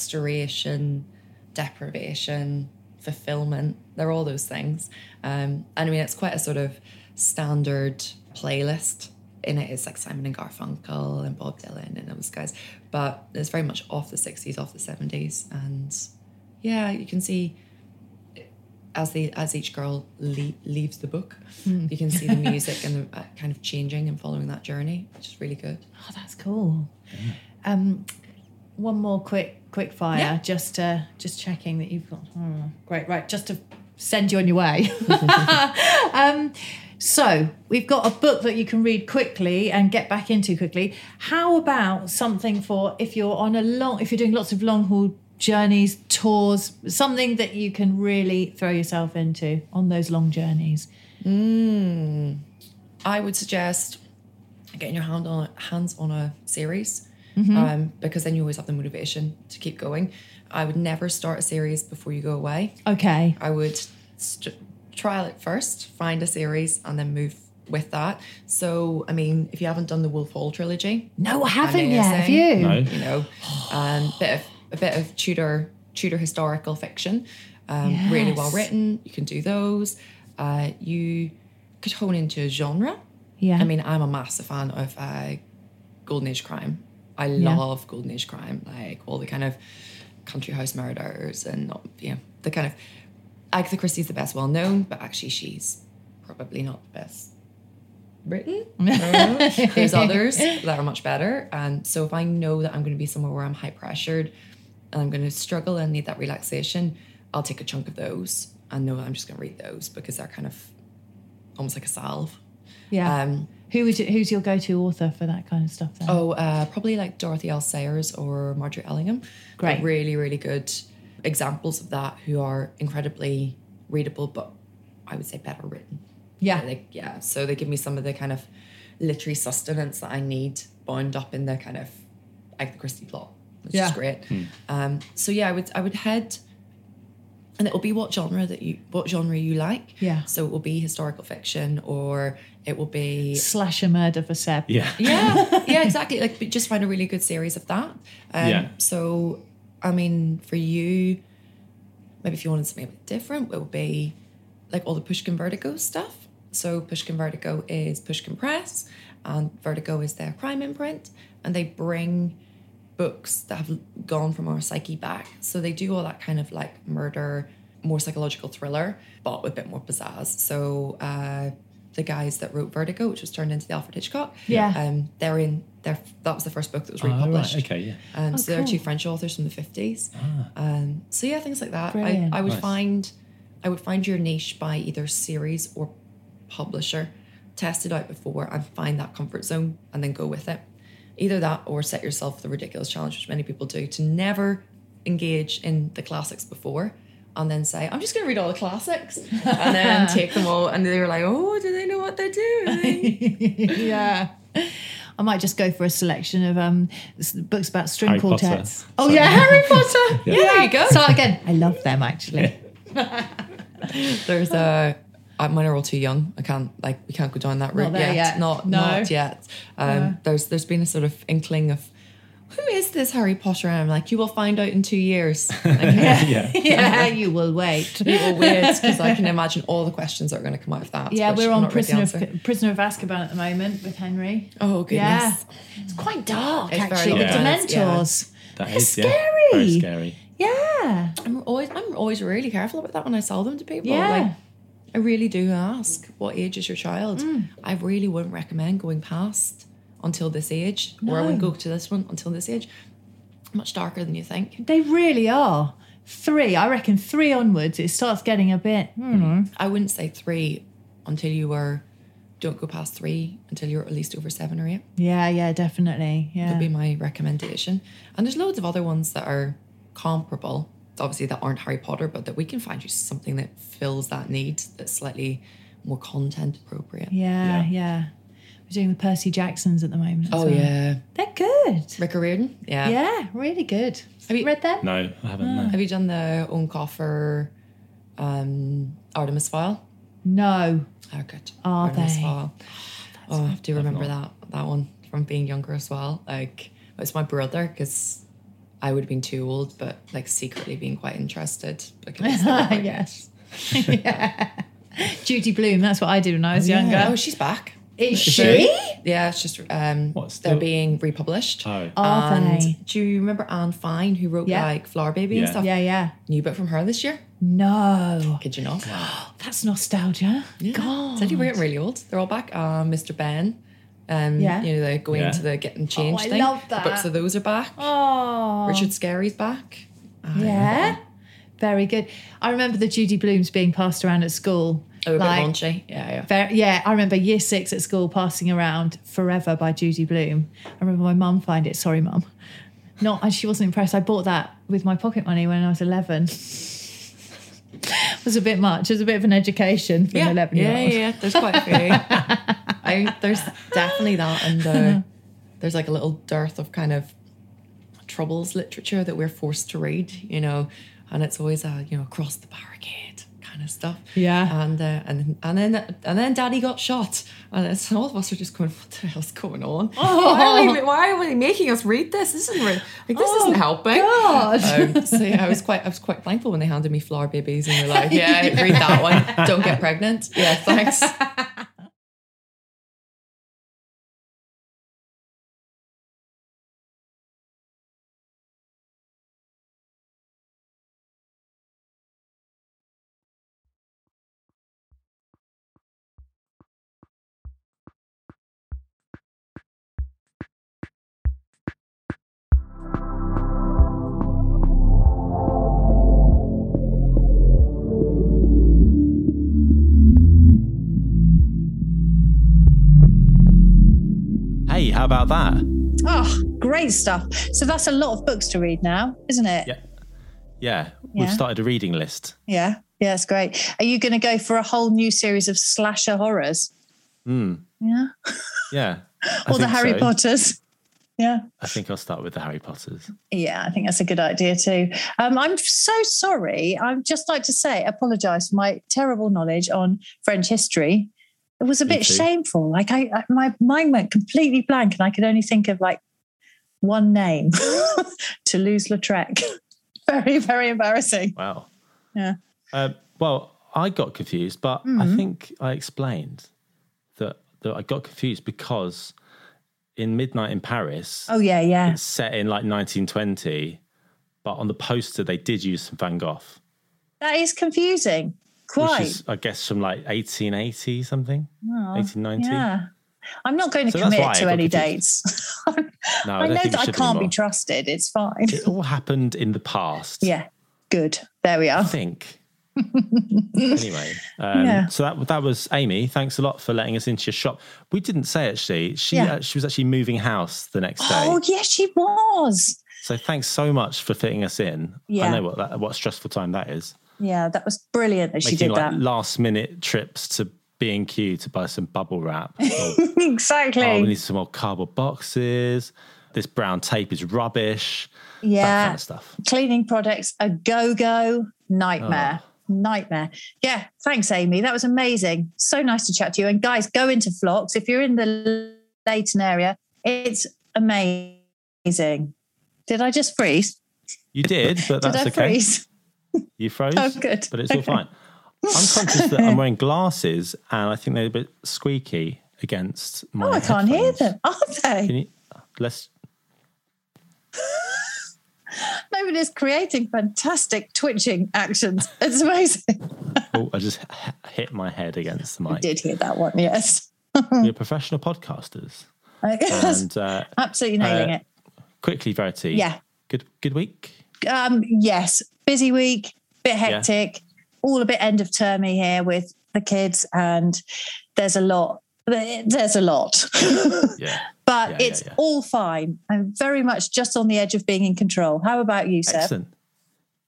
restoration, deprivation, fulfillment. They're all those things. Um, and I mean, it's quite a sort of standard playlist. In it is like Simon and Garfunkel and Bob Dylan and those guys, but it's very much off the 60s, off the 70s. And yeah, you can see as the as each girl le- leaves the book, you can see the music and the uh, kind of changing and following that journey, which is really good.
Oh, that's cool. Um, one more quick quick fire,
Yeah.
just uh, just checking that you've got. oh, great, right? Just to send you on your
[laughs]
way. um, so we've got a book that you can read quickly and get back into quickly. How about something for if you're on a long, if you're doing lots of long haul journeys, tours, something that you can really throw yourself into on those long journeys?
I would suggest getting your hand on hands on a series um, because then you always have the motivation to keep going. I would never start a series before you go away.
Okay,
I would st- trial it first, find a series, and then move with that. So, I mean, if you haven't done the Wolf Hall trilogy,
no, I haven't
you're
yet. Have you?
saying-
No.
you know, um, bit of a bit of Tudor Tudor historical fiction, um, really well
Yes.
written. You can do those. Uh, you could hone into a genre.
Yeah,
I mean, I'm a massive fan of uh, Golden Age crime. I love Golden Age crime, like all the kind of country house murders and you know the kind of Agatha Christie's the best well known, but actually she's probably not the best written. There's others that are much better, and so if I know that I'm going to be somewhere where I'm high pressured and I'm going to struggle and need that relaxation, I'll take a chunk of those and know that I'm just going to read those because they're kind of almost like a salve.
yeah.
Um,
Who is who's your go-to author for that kind of stuff? Then?
Oh, uh, probably like Dorothy L. Sayers or Marjorie Ellingham. They're
Great.
Really, really good examples of that who are incredibly readable, but I would say better written.
yeah,
Like, yeah. So they give me some of the kind of literary sustenance that I need bound up in the kind of Agatha Christie plot, which
Yeah.
is great. Um, so yeah, I would I would head and it will be what genre that you what genre you like.
Yeah.
So it will be historical fiction or it will be
slasher murder for Seb.
Yeah.
yeah, yeah, exactly. Like, but just find a really good series of that. Um,
Yeah.
So, I mean, for you, maybe if you wanted something a bit different, it would be like all the Pushkin Vertigo stuff. So, Pushkin Vertigo is Pushkin Press, and Vertigo is their crime imprint, and they bring books that have gone from our psyche back. So they do all that kind of like murder, more psychological thriller, but with a bit more pizzazz. So uh, the guys that wrote Vertigo, which was turned into the Alfred Hitchcock,
Yeah.
um, they're in. They're, that was the first book that was
Oh,
republished.
right. Okay. Yeah.
And Um, so they're
Oh, cool.
two French authors from the fifties. Um, so yeah, things like that. I,
Brilliant.
I would
Nice.
find, I would find your niche by either series or publisher, test it out before and find that comfort zone and then go with it. Either that or set yourself the ridiculous challenge, which many people do, to never engage in the classics before. And then say, I'm just going to read all the classics,
[laughs]
and then take them all. And they were like, Oh, do they know what they're doing?
yeah. I might just go for a selection of um, s- books about string
Harry Potter.
quartets. Oh
Sorry.
yeah, Harry Potter. yeah.
there you go.
So again, I love them actually.
There's a. Uh, mine are all too young. I can't like we can't go down that route
there
yet.
yet.
Not
No.
not yet. Um, There's there's been a sort of inkling of who is this Harry Potter? And I'm like, you will find out in
[laughs]
two years. Like,
[laughs] yeah.
yeah, you will wait. It will wait because I can imagine all the questions that are going to come out of that.
Yeah,
which
we're
I'm
on
not ready to
Prisoner
answer.
of, Prisoner of Azkaban at the moment with Henry.
Oh goodness.
Yeah. It's quite dark,
It's very
actually, the
dark, yeah.
Dementors.
That
It's
is, yeah,
scary.
very scary.
Yeah.
I'm always I'm always really careful about that when I sell them to people.
Yeah.
Like I really do ask, what age is your child?
Mm.
I really wouldn't recommend going past until this age. Or I wouldn't
No.
go to this one until this age. Much darker than you think.
They really are. Three, I reckon three onwards, it starts getting a bit. hmm.
I wouldn't say three until you were don't go past three until you're at least over seven or eight.
Yeah, yeah, definitely. Yeah.
would be my recommendation. And there's loads of other ones that are comparable, obviously that aren't Harry Potter, but that we can find you something that fills that need that's slightly more content appropriate.
yeah, yeah, We're doing the Percy Jacksons at the moment. as
Oh
well.
yeah,
They're good.
Rick Riordan. Yeah.
Yeah, really good. Have
you-
read them?
No, I haven't. No.
Have you done the Uncoffer um, Artemis Fowl?
No.
Oh, good.
Are
Artemis
they?
Fowl. Oh, I do remember that that one from being younger as well. Like it was my brother because I would have been too old, but like secretly being quite interested
[laughs]
because they were quite
yes. yeah. Judy Bloom, that's what I did when I was younger.
Oh, she's back.
Is she?
Yeah, it's just um,
What's
they're
the-
being republished.
Oh,
Are
and
they?
do you remember Anne Fine, who wrote
Yeah.
like Flower Baby and
Yeah.
stuff?
Yeah, yeah.
New book from her this year?
No.
Kid you not?
That's nostalgia.
God. Said you were getting really old. They're all back. Um, Mr. Ben. Um,
Yeah. Oh,
You know, they're going
Yeah.
to the getting changed
I
thing.
love
The
that.
books of those are back.
Oh.
Richard Scarry's back.
Yeah. Very good. I remember the Judy Blooms being passed around at school.
They were Oh, a
Like,
bit raunchy. Yeah, yeah.
Very, yeah, I remember year six at school passing around Forever by Judy Bloom. I remember my mum find it. Sorry, mum. Not, and she wasn't impressed. I bought that with my pocket money when I was [laughs] 11. it was a bit much. It was a bit of an education for
Yeah,
an 11 year
yeah,
old.
yeah, yeah. There's quite
[laughs]
a few. I there's definitely that,
[laughs]
and uh, there's like a little dearth of kind of troubles literature that we're forced to read, you know, and it's always uh, you know across the barricade kind of stuff.
Yeah.
and uh, and and then and then Daddy got shot, and it's, all of us are just going, what the hell's going on? Oh, Why, are [laughs] we, why are we making us read this? This isn't re- like this isn't helping. Um, Oh, [laughs] so yeah, I was quite I was quite thankful when they handed me flower babies and were like, [laughs] yeah, read that one. Don't get pregnant. Yeah, thanks.
hey, how about that?
Oh, great stuff. So that's a lot of books to read now, isn't it?
Yeah, yeah.
Yeah.
We've started a reading list.
Yeah. Yeah, it's great. Are you going to go for a whole new series of slasher horrors? Yeah.
Hmm, Yeah, I
Or the
think
Harry
so.
Potters? Yeah.
I think I'll start with the Harry Potters.
Yeah, I think that's a good idea too. Um, I'm so sorry. I'd just like to say, apologise for my terrible knowledge on French history. It was a
Me
bit
too.
shameful. Like I, I, my mind went completely blank, and I could only think of like one name: [laughs] Toulouse-Lautrec. [laughs] very, very embarrassing.
Wow.
Yeah. Mm-hmm.
Uh, well, I got confused, but I think I explained that that I got confused because in Midnight in Paris,
Oh yeah, yeah.
it's set in like 1920, but on the poster they did use some Van Gogh,
That is confusing. Quite. Oh,
which is I guess from like 1880 something, 1890.
yeah. I'm not going to
So that's why
commit
I
to
got
any
confused.
dates. [laughs]
No,
I
don't
know
think
that
it
I
should
can't be
anymore.
trusted. It's fine.
It all happened in the past.
Yeah. Good. There we
I
are. [laughs]
think. anyway, um,
Yeah.
so that that was Amy. Thanks a lot for letting us into your shop. We didn't say actually. She
Yeah.
uh, she was actually moving house the next day.
Oh, yes, she was.
So thanks so much for fitting us in.
Yeah.
I know what that, what a stressful time that is.
Yeah, that was brilliant that she
Making
did
like
that.
last minute trips to B and Q to buy some
[laughs]
bubble wrap. Or,
[laughs] exactly.
oh, we need some more cardboard boxes. This brown tape is rubbish. That
yeah.
kind of stuff.
Cleaning products, a go go nightmare.
Oh.
Nightmare. Yeah. Thanks, Amy. That was amazing. So nice to chat to you. And guys, go into Flocks. If you're in the Leighton area, it's amazing. Did I just freeze?
You did, but
Did
that's
I
okay.
freeze?
You froze.
Oh, good.
But it's all fine. I'm conscious that I'm wearing glasses and I think they're a bit squeaky against my.
Oh, I can't hear
headphones.
them. Are
Can
they?
you, let's.
Nobody's creating fantastic twitching actions. It's
[laughs]
amazing.
Oh, I just hit my head against the
I
mic.
did hear that one, yes.
We're professional podcasters. And uh,
[laughs] Absolutely nailing
uh,
it.
quickly, Verity.
Yeah.
Good. Good week.
um, yes, busy week, bit hectic, all a bit end of termy here with the kids, and there's a lot. There's a lot, [laughs]
Yeah.
but
Yeah, yeah,
it's
yeah.
all fine. I'm very much just on the edge of being in control. How about you, Seb?
Excellent.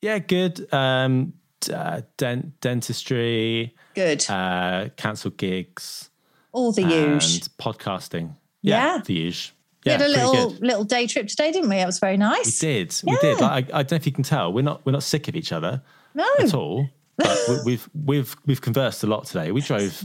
Yeah. Good. Um, d- uh, dent- dentistry.
Good.
Uh, cancelled gigs.
all the
and
huge.
podcasting.
Yeah.
the huge.
We
Yeah,
had a
pretty
little
good.
little day trip today, didn't we? It was very
We
nice.
did, we did. Like, I, I don't know if you can tell, we're not we're not sick of each other
No,
at all. But we, we've we've we've conversed a lot today. We
[laughs]
drove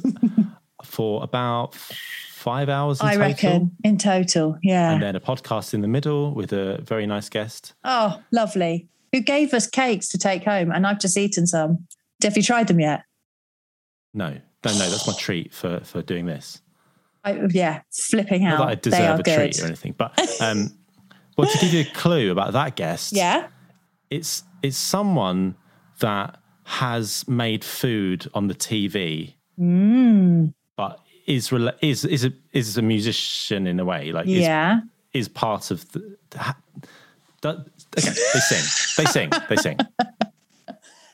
for about five hours. In
I
total,
reckon in total, yeah.
And then a podcast in the middle with a very nice guest.
oh, lovely. Who gave us cakes to take home? And I've just eaten some. Have you tried them yet?
No, no, no. That's my treat for for doing this.
I, yeah, flipping
Not
out.
that I
they
deserve
are
a
good.
treat or anything. But
[laughs]
um, well, to give you a clue about that guest,
Yeah.
it's it's someone that has made food on the TV,
Mm.
but is rela- is is a, is a musician in a way, like is-
Yeah.
is, part of the. Ha, that, okay, they sing, they sing, they sing.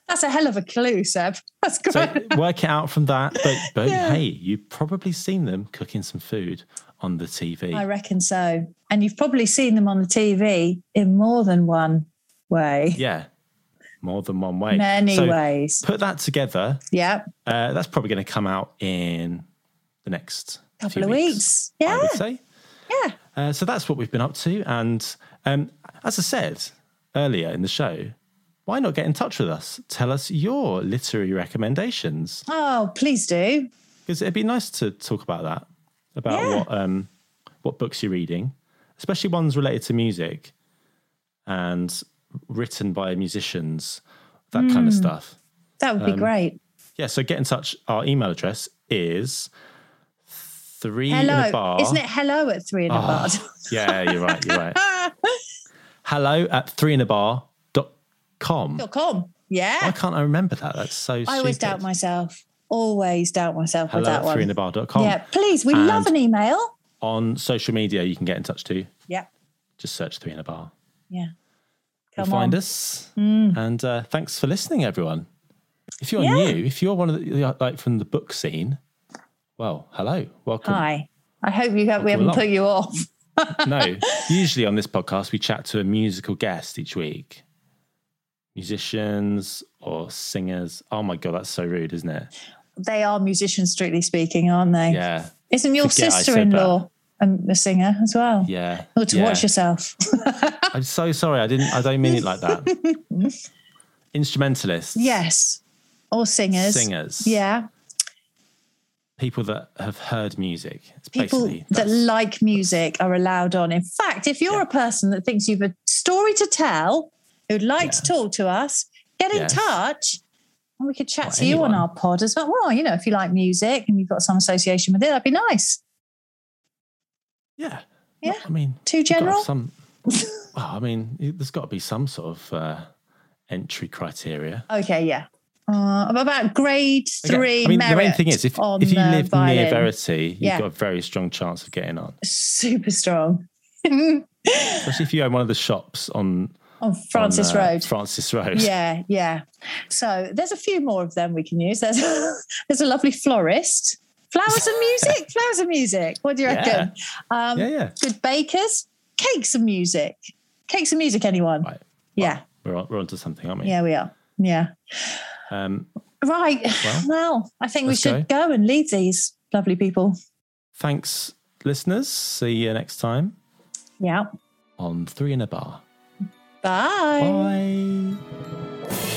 That's a hell of a clue, Seb. [laughs] That's great.
So work it out from that. But, but hey, you've probably seen them cooking some food on the TV.
I reckon so. And you've probably seen them on the TV in more than one way.
yeah, more than one way.
Many
So
ways.
Put that together.
Yeah.
Uh, that's probably going to come out in the next
Couple
few
of weeks.
I
Yeah.
would say.
Yeah.
Uh, so that's what we've been up to. And um, as I said earlier in the show, why not get in touch with us? Tell us your literary recommendations
Oh, please do.
because it'd be nice to talk about that, about
Yeah.
what um, what books you're reading, especially ones related to music and written by musicians, that kind of
Hmm.
stuff.
That would be
Um,
great.
Yeah, so get in touch. Our email address is three in a
Hello.
bar. Ah.
Isn't it hello at three in a bar? [laughs]
[laughs] Yeah, you're right. You're right. [laughs] Hello at three in a bar dot com.
Dot com. Yeah.
Why can't I remember that? That's so stupid.
I always doubt myself. Always doubt myself with
Hello
that
at three in
one.
a bar dot com.
Yeah. Please, we love
And-
an email.
On social media, you can get in touch too.
Yeah.
Just search three in a bar.
Yeah.
You'll
Come
find
on. Mm.
us. And uh, thanks for listening, everyone. If you're new, if you're one of the, like from the book scene, well, hello, welcome.
Hi. I hope you have, we
Welcome
haven't
along.
put you off.
no. Usually on this podcast, we chat to a musical guest each week. Musicians or singers. Oh my God, that's so rude, isn't it?
They are musicians, strictly speaking, aren't they?
Yeah.
Isn't your
Forget I said
sister in law a singer as well?
Yeah.
Or Oh, to
yeah.
watch yourself.
I'm so sorry. I didn't, I don't mean it like that.
[laughs]
Instrumentalists.
yes. Or singers.
Singers.
Yeah.
People that have heard music. It's
People
basically
that
that's-
like music are allowed on. In fact, if you're a person that thinks you've a story to tell, who'd like to talk to us, get in
Yes.
touch. And we could chat
Or
to you on
anyone.
our pod as well. Well, you know, if you like music and you've got some association with it, that'd be nice.
Yeah.
Yeah.
I mean,
Too
you've gotta
general? [laughs]
have Some, well, I mean, there's got to be some sort of uh, entry criteria.
Okay, yeah. Uh, about grade
Okay.
three.
I mean, the main
merit
thing is if,
on
if you
the
live near
violin.
Verity, you've
Yeah.
got a very strong chance of getting
[laughs]
on.
super strong
Especially if you own one of the shops on
on Francis
on, uh,
Road.
Francis Road. [laughs]
yeah, yeah. So there's a few more of them we can use. There's [laughs] there's a lovely florist. Flowers and
[laughs]
music, flowers and music. What do you
Yeah.
reckon? Um,
Yeah, yeah.
Good bakers, cakes and music, cakes and music. Anyone?
Right.
Yeah,
We're, on, we're onto something, aren't we?
yeah, we are. Yeah,
Um,
right.
Well,
Well, I think we
let's
should go. and leave these lovely people.
thanks, listeners. See you next time
Yeah.
on Three in a Bar.
Bye.
Bye.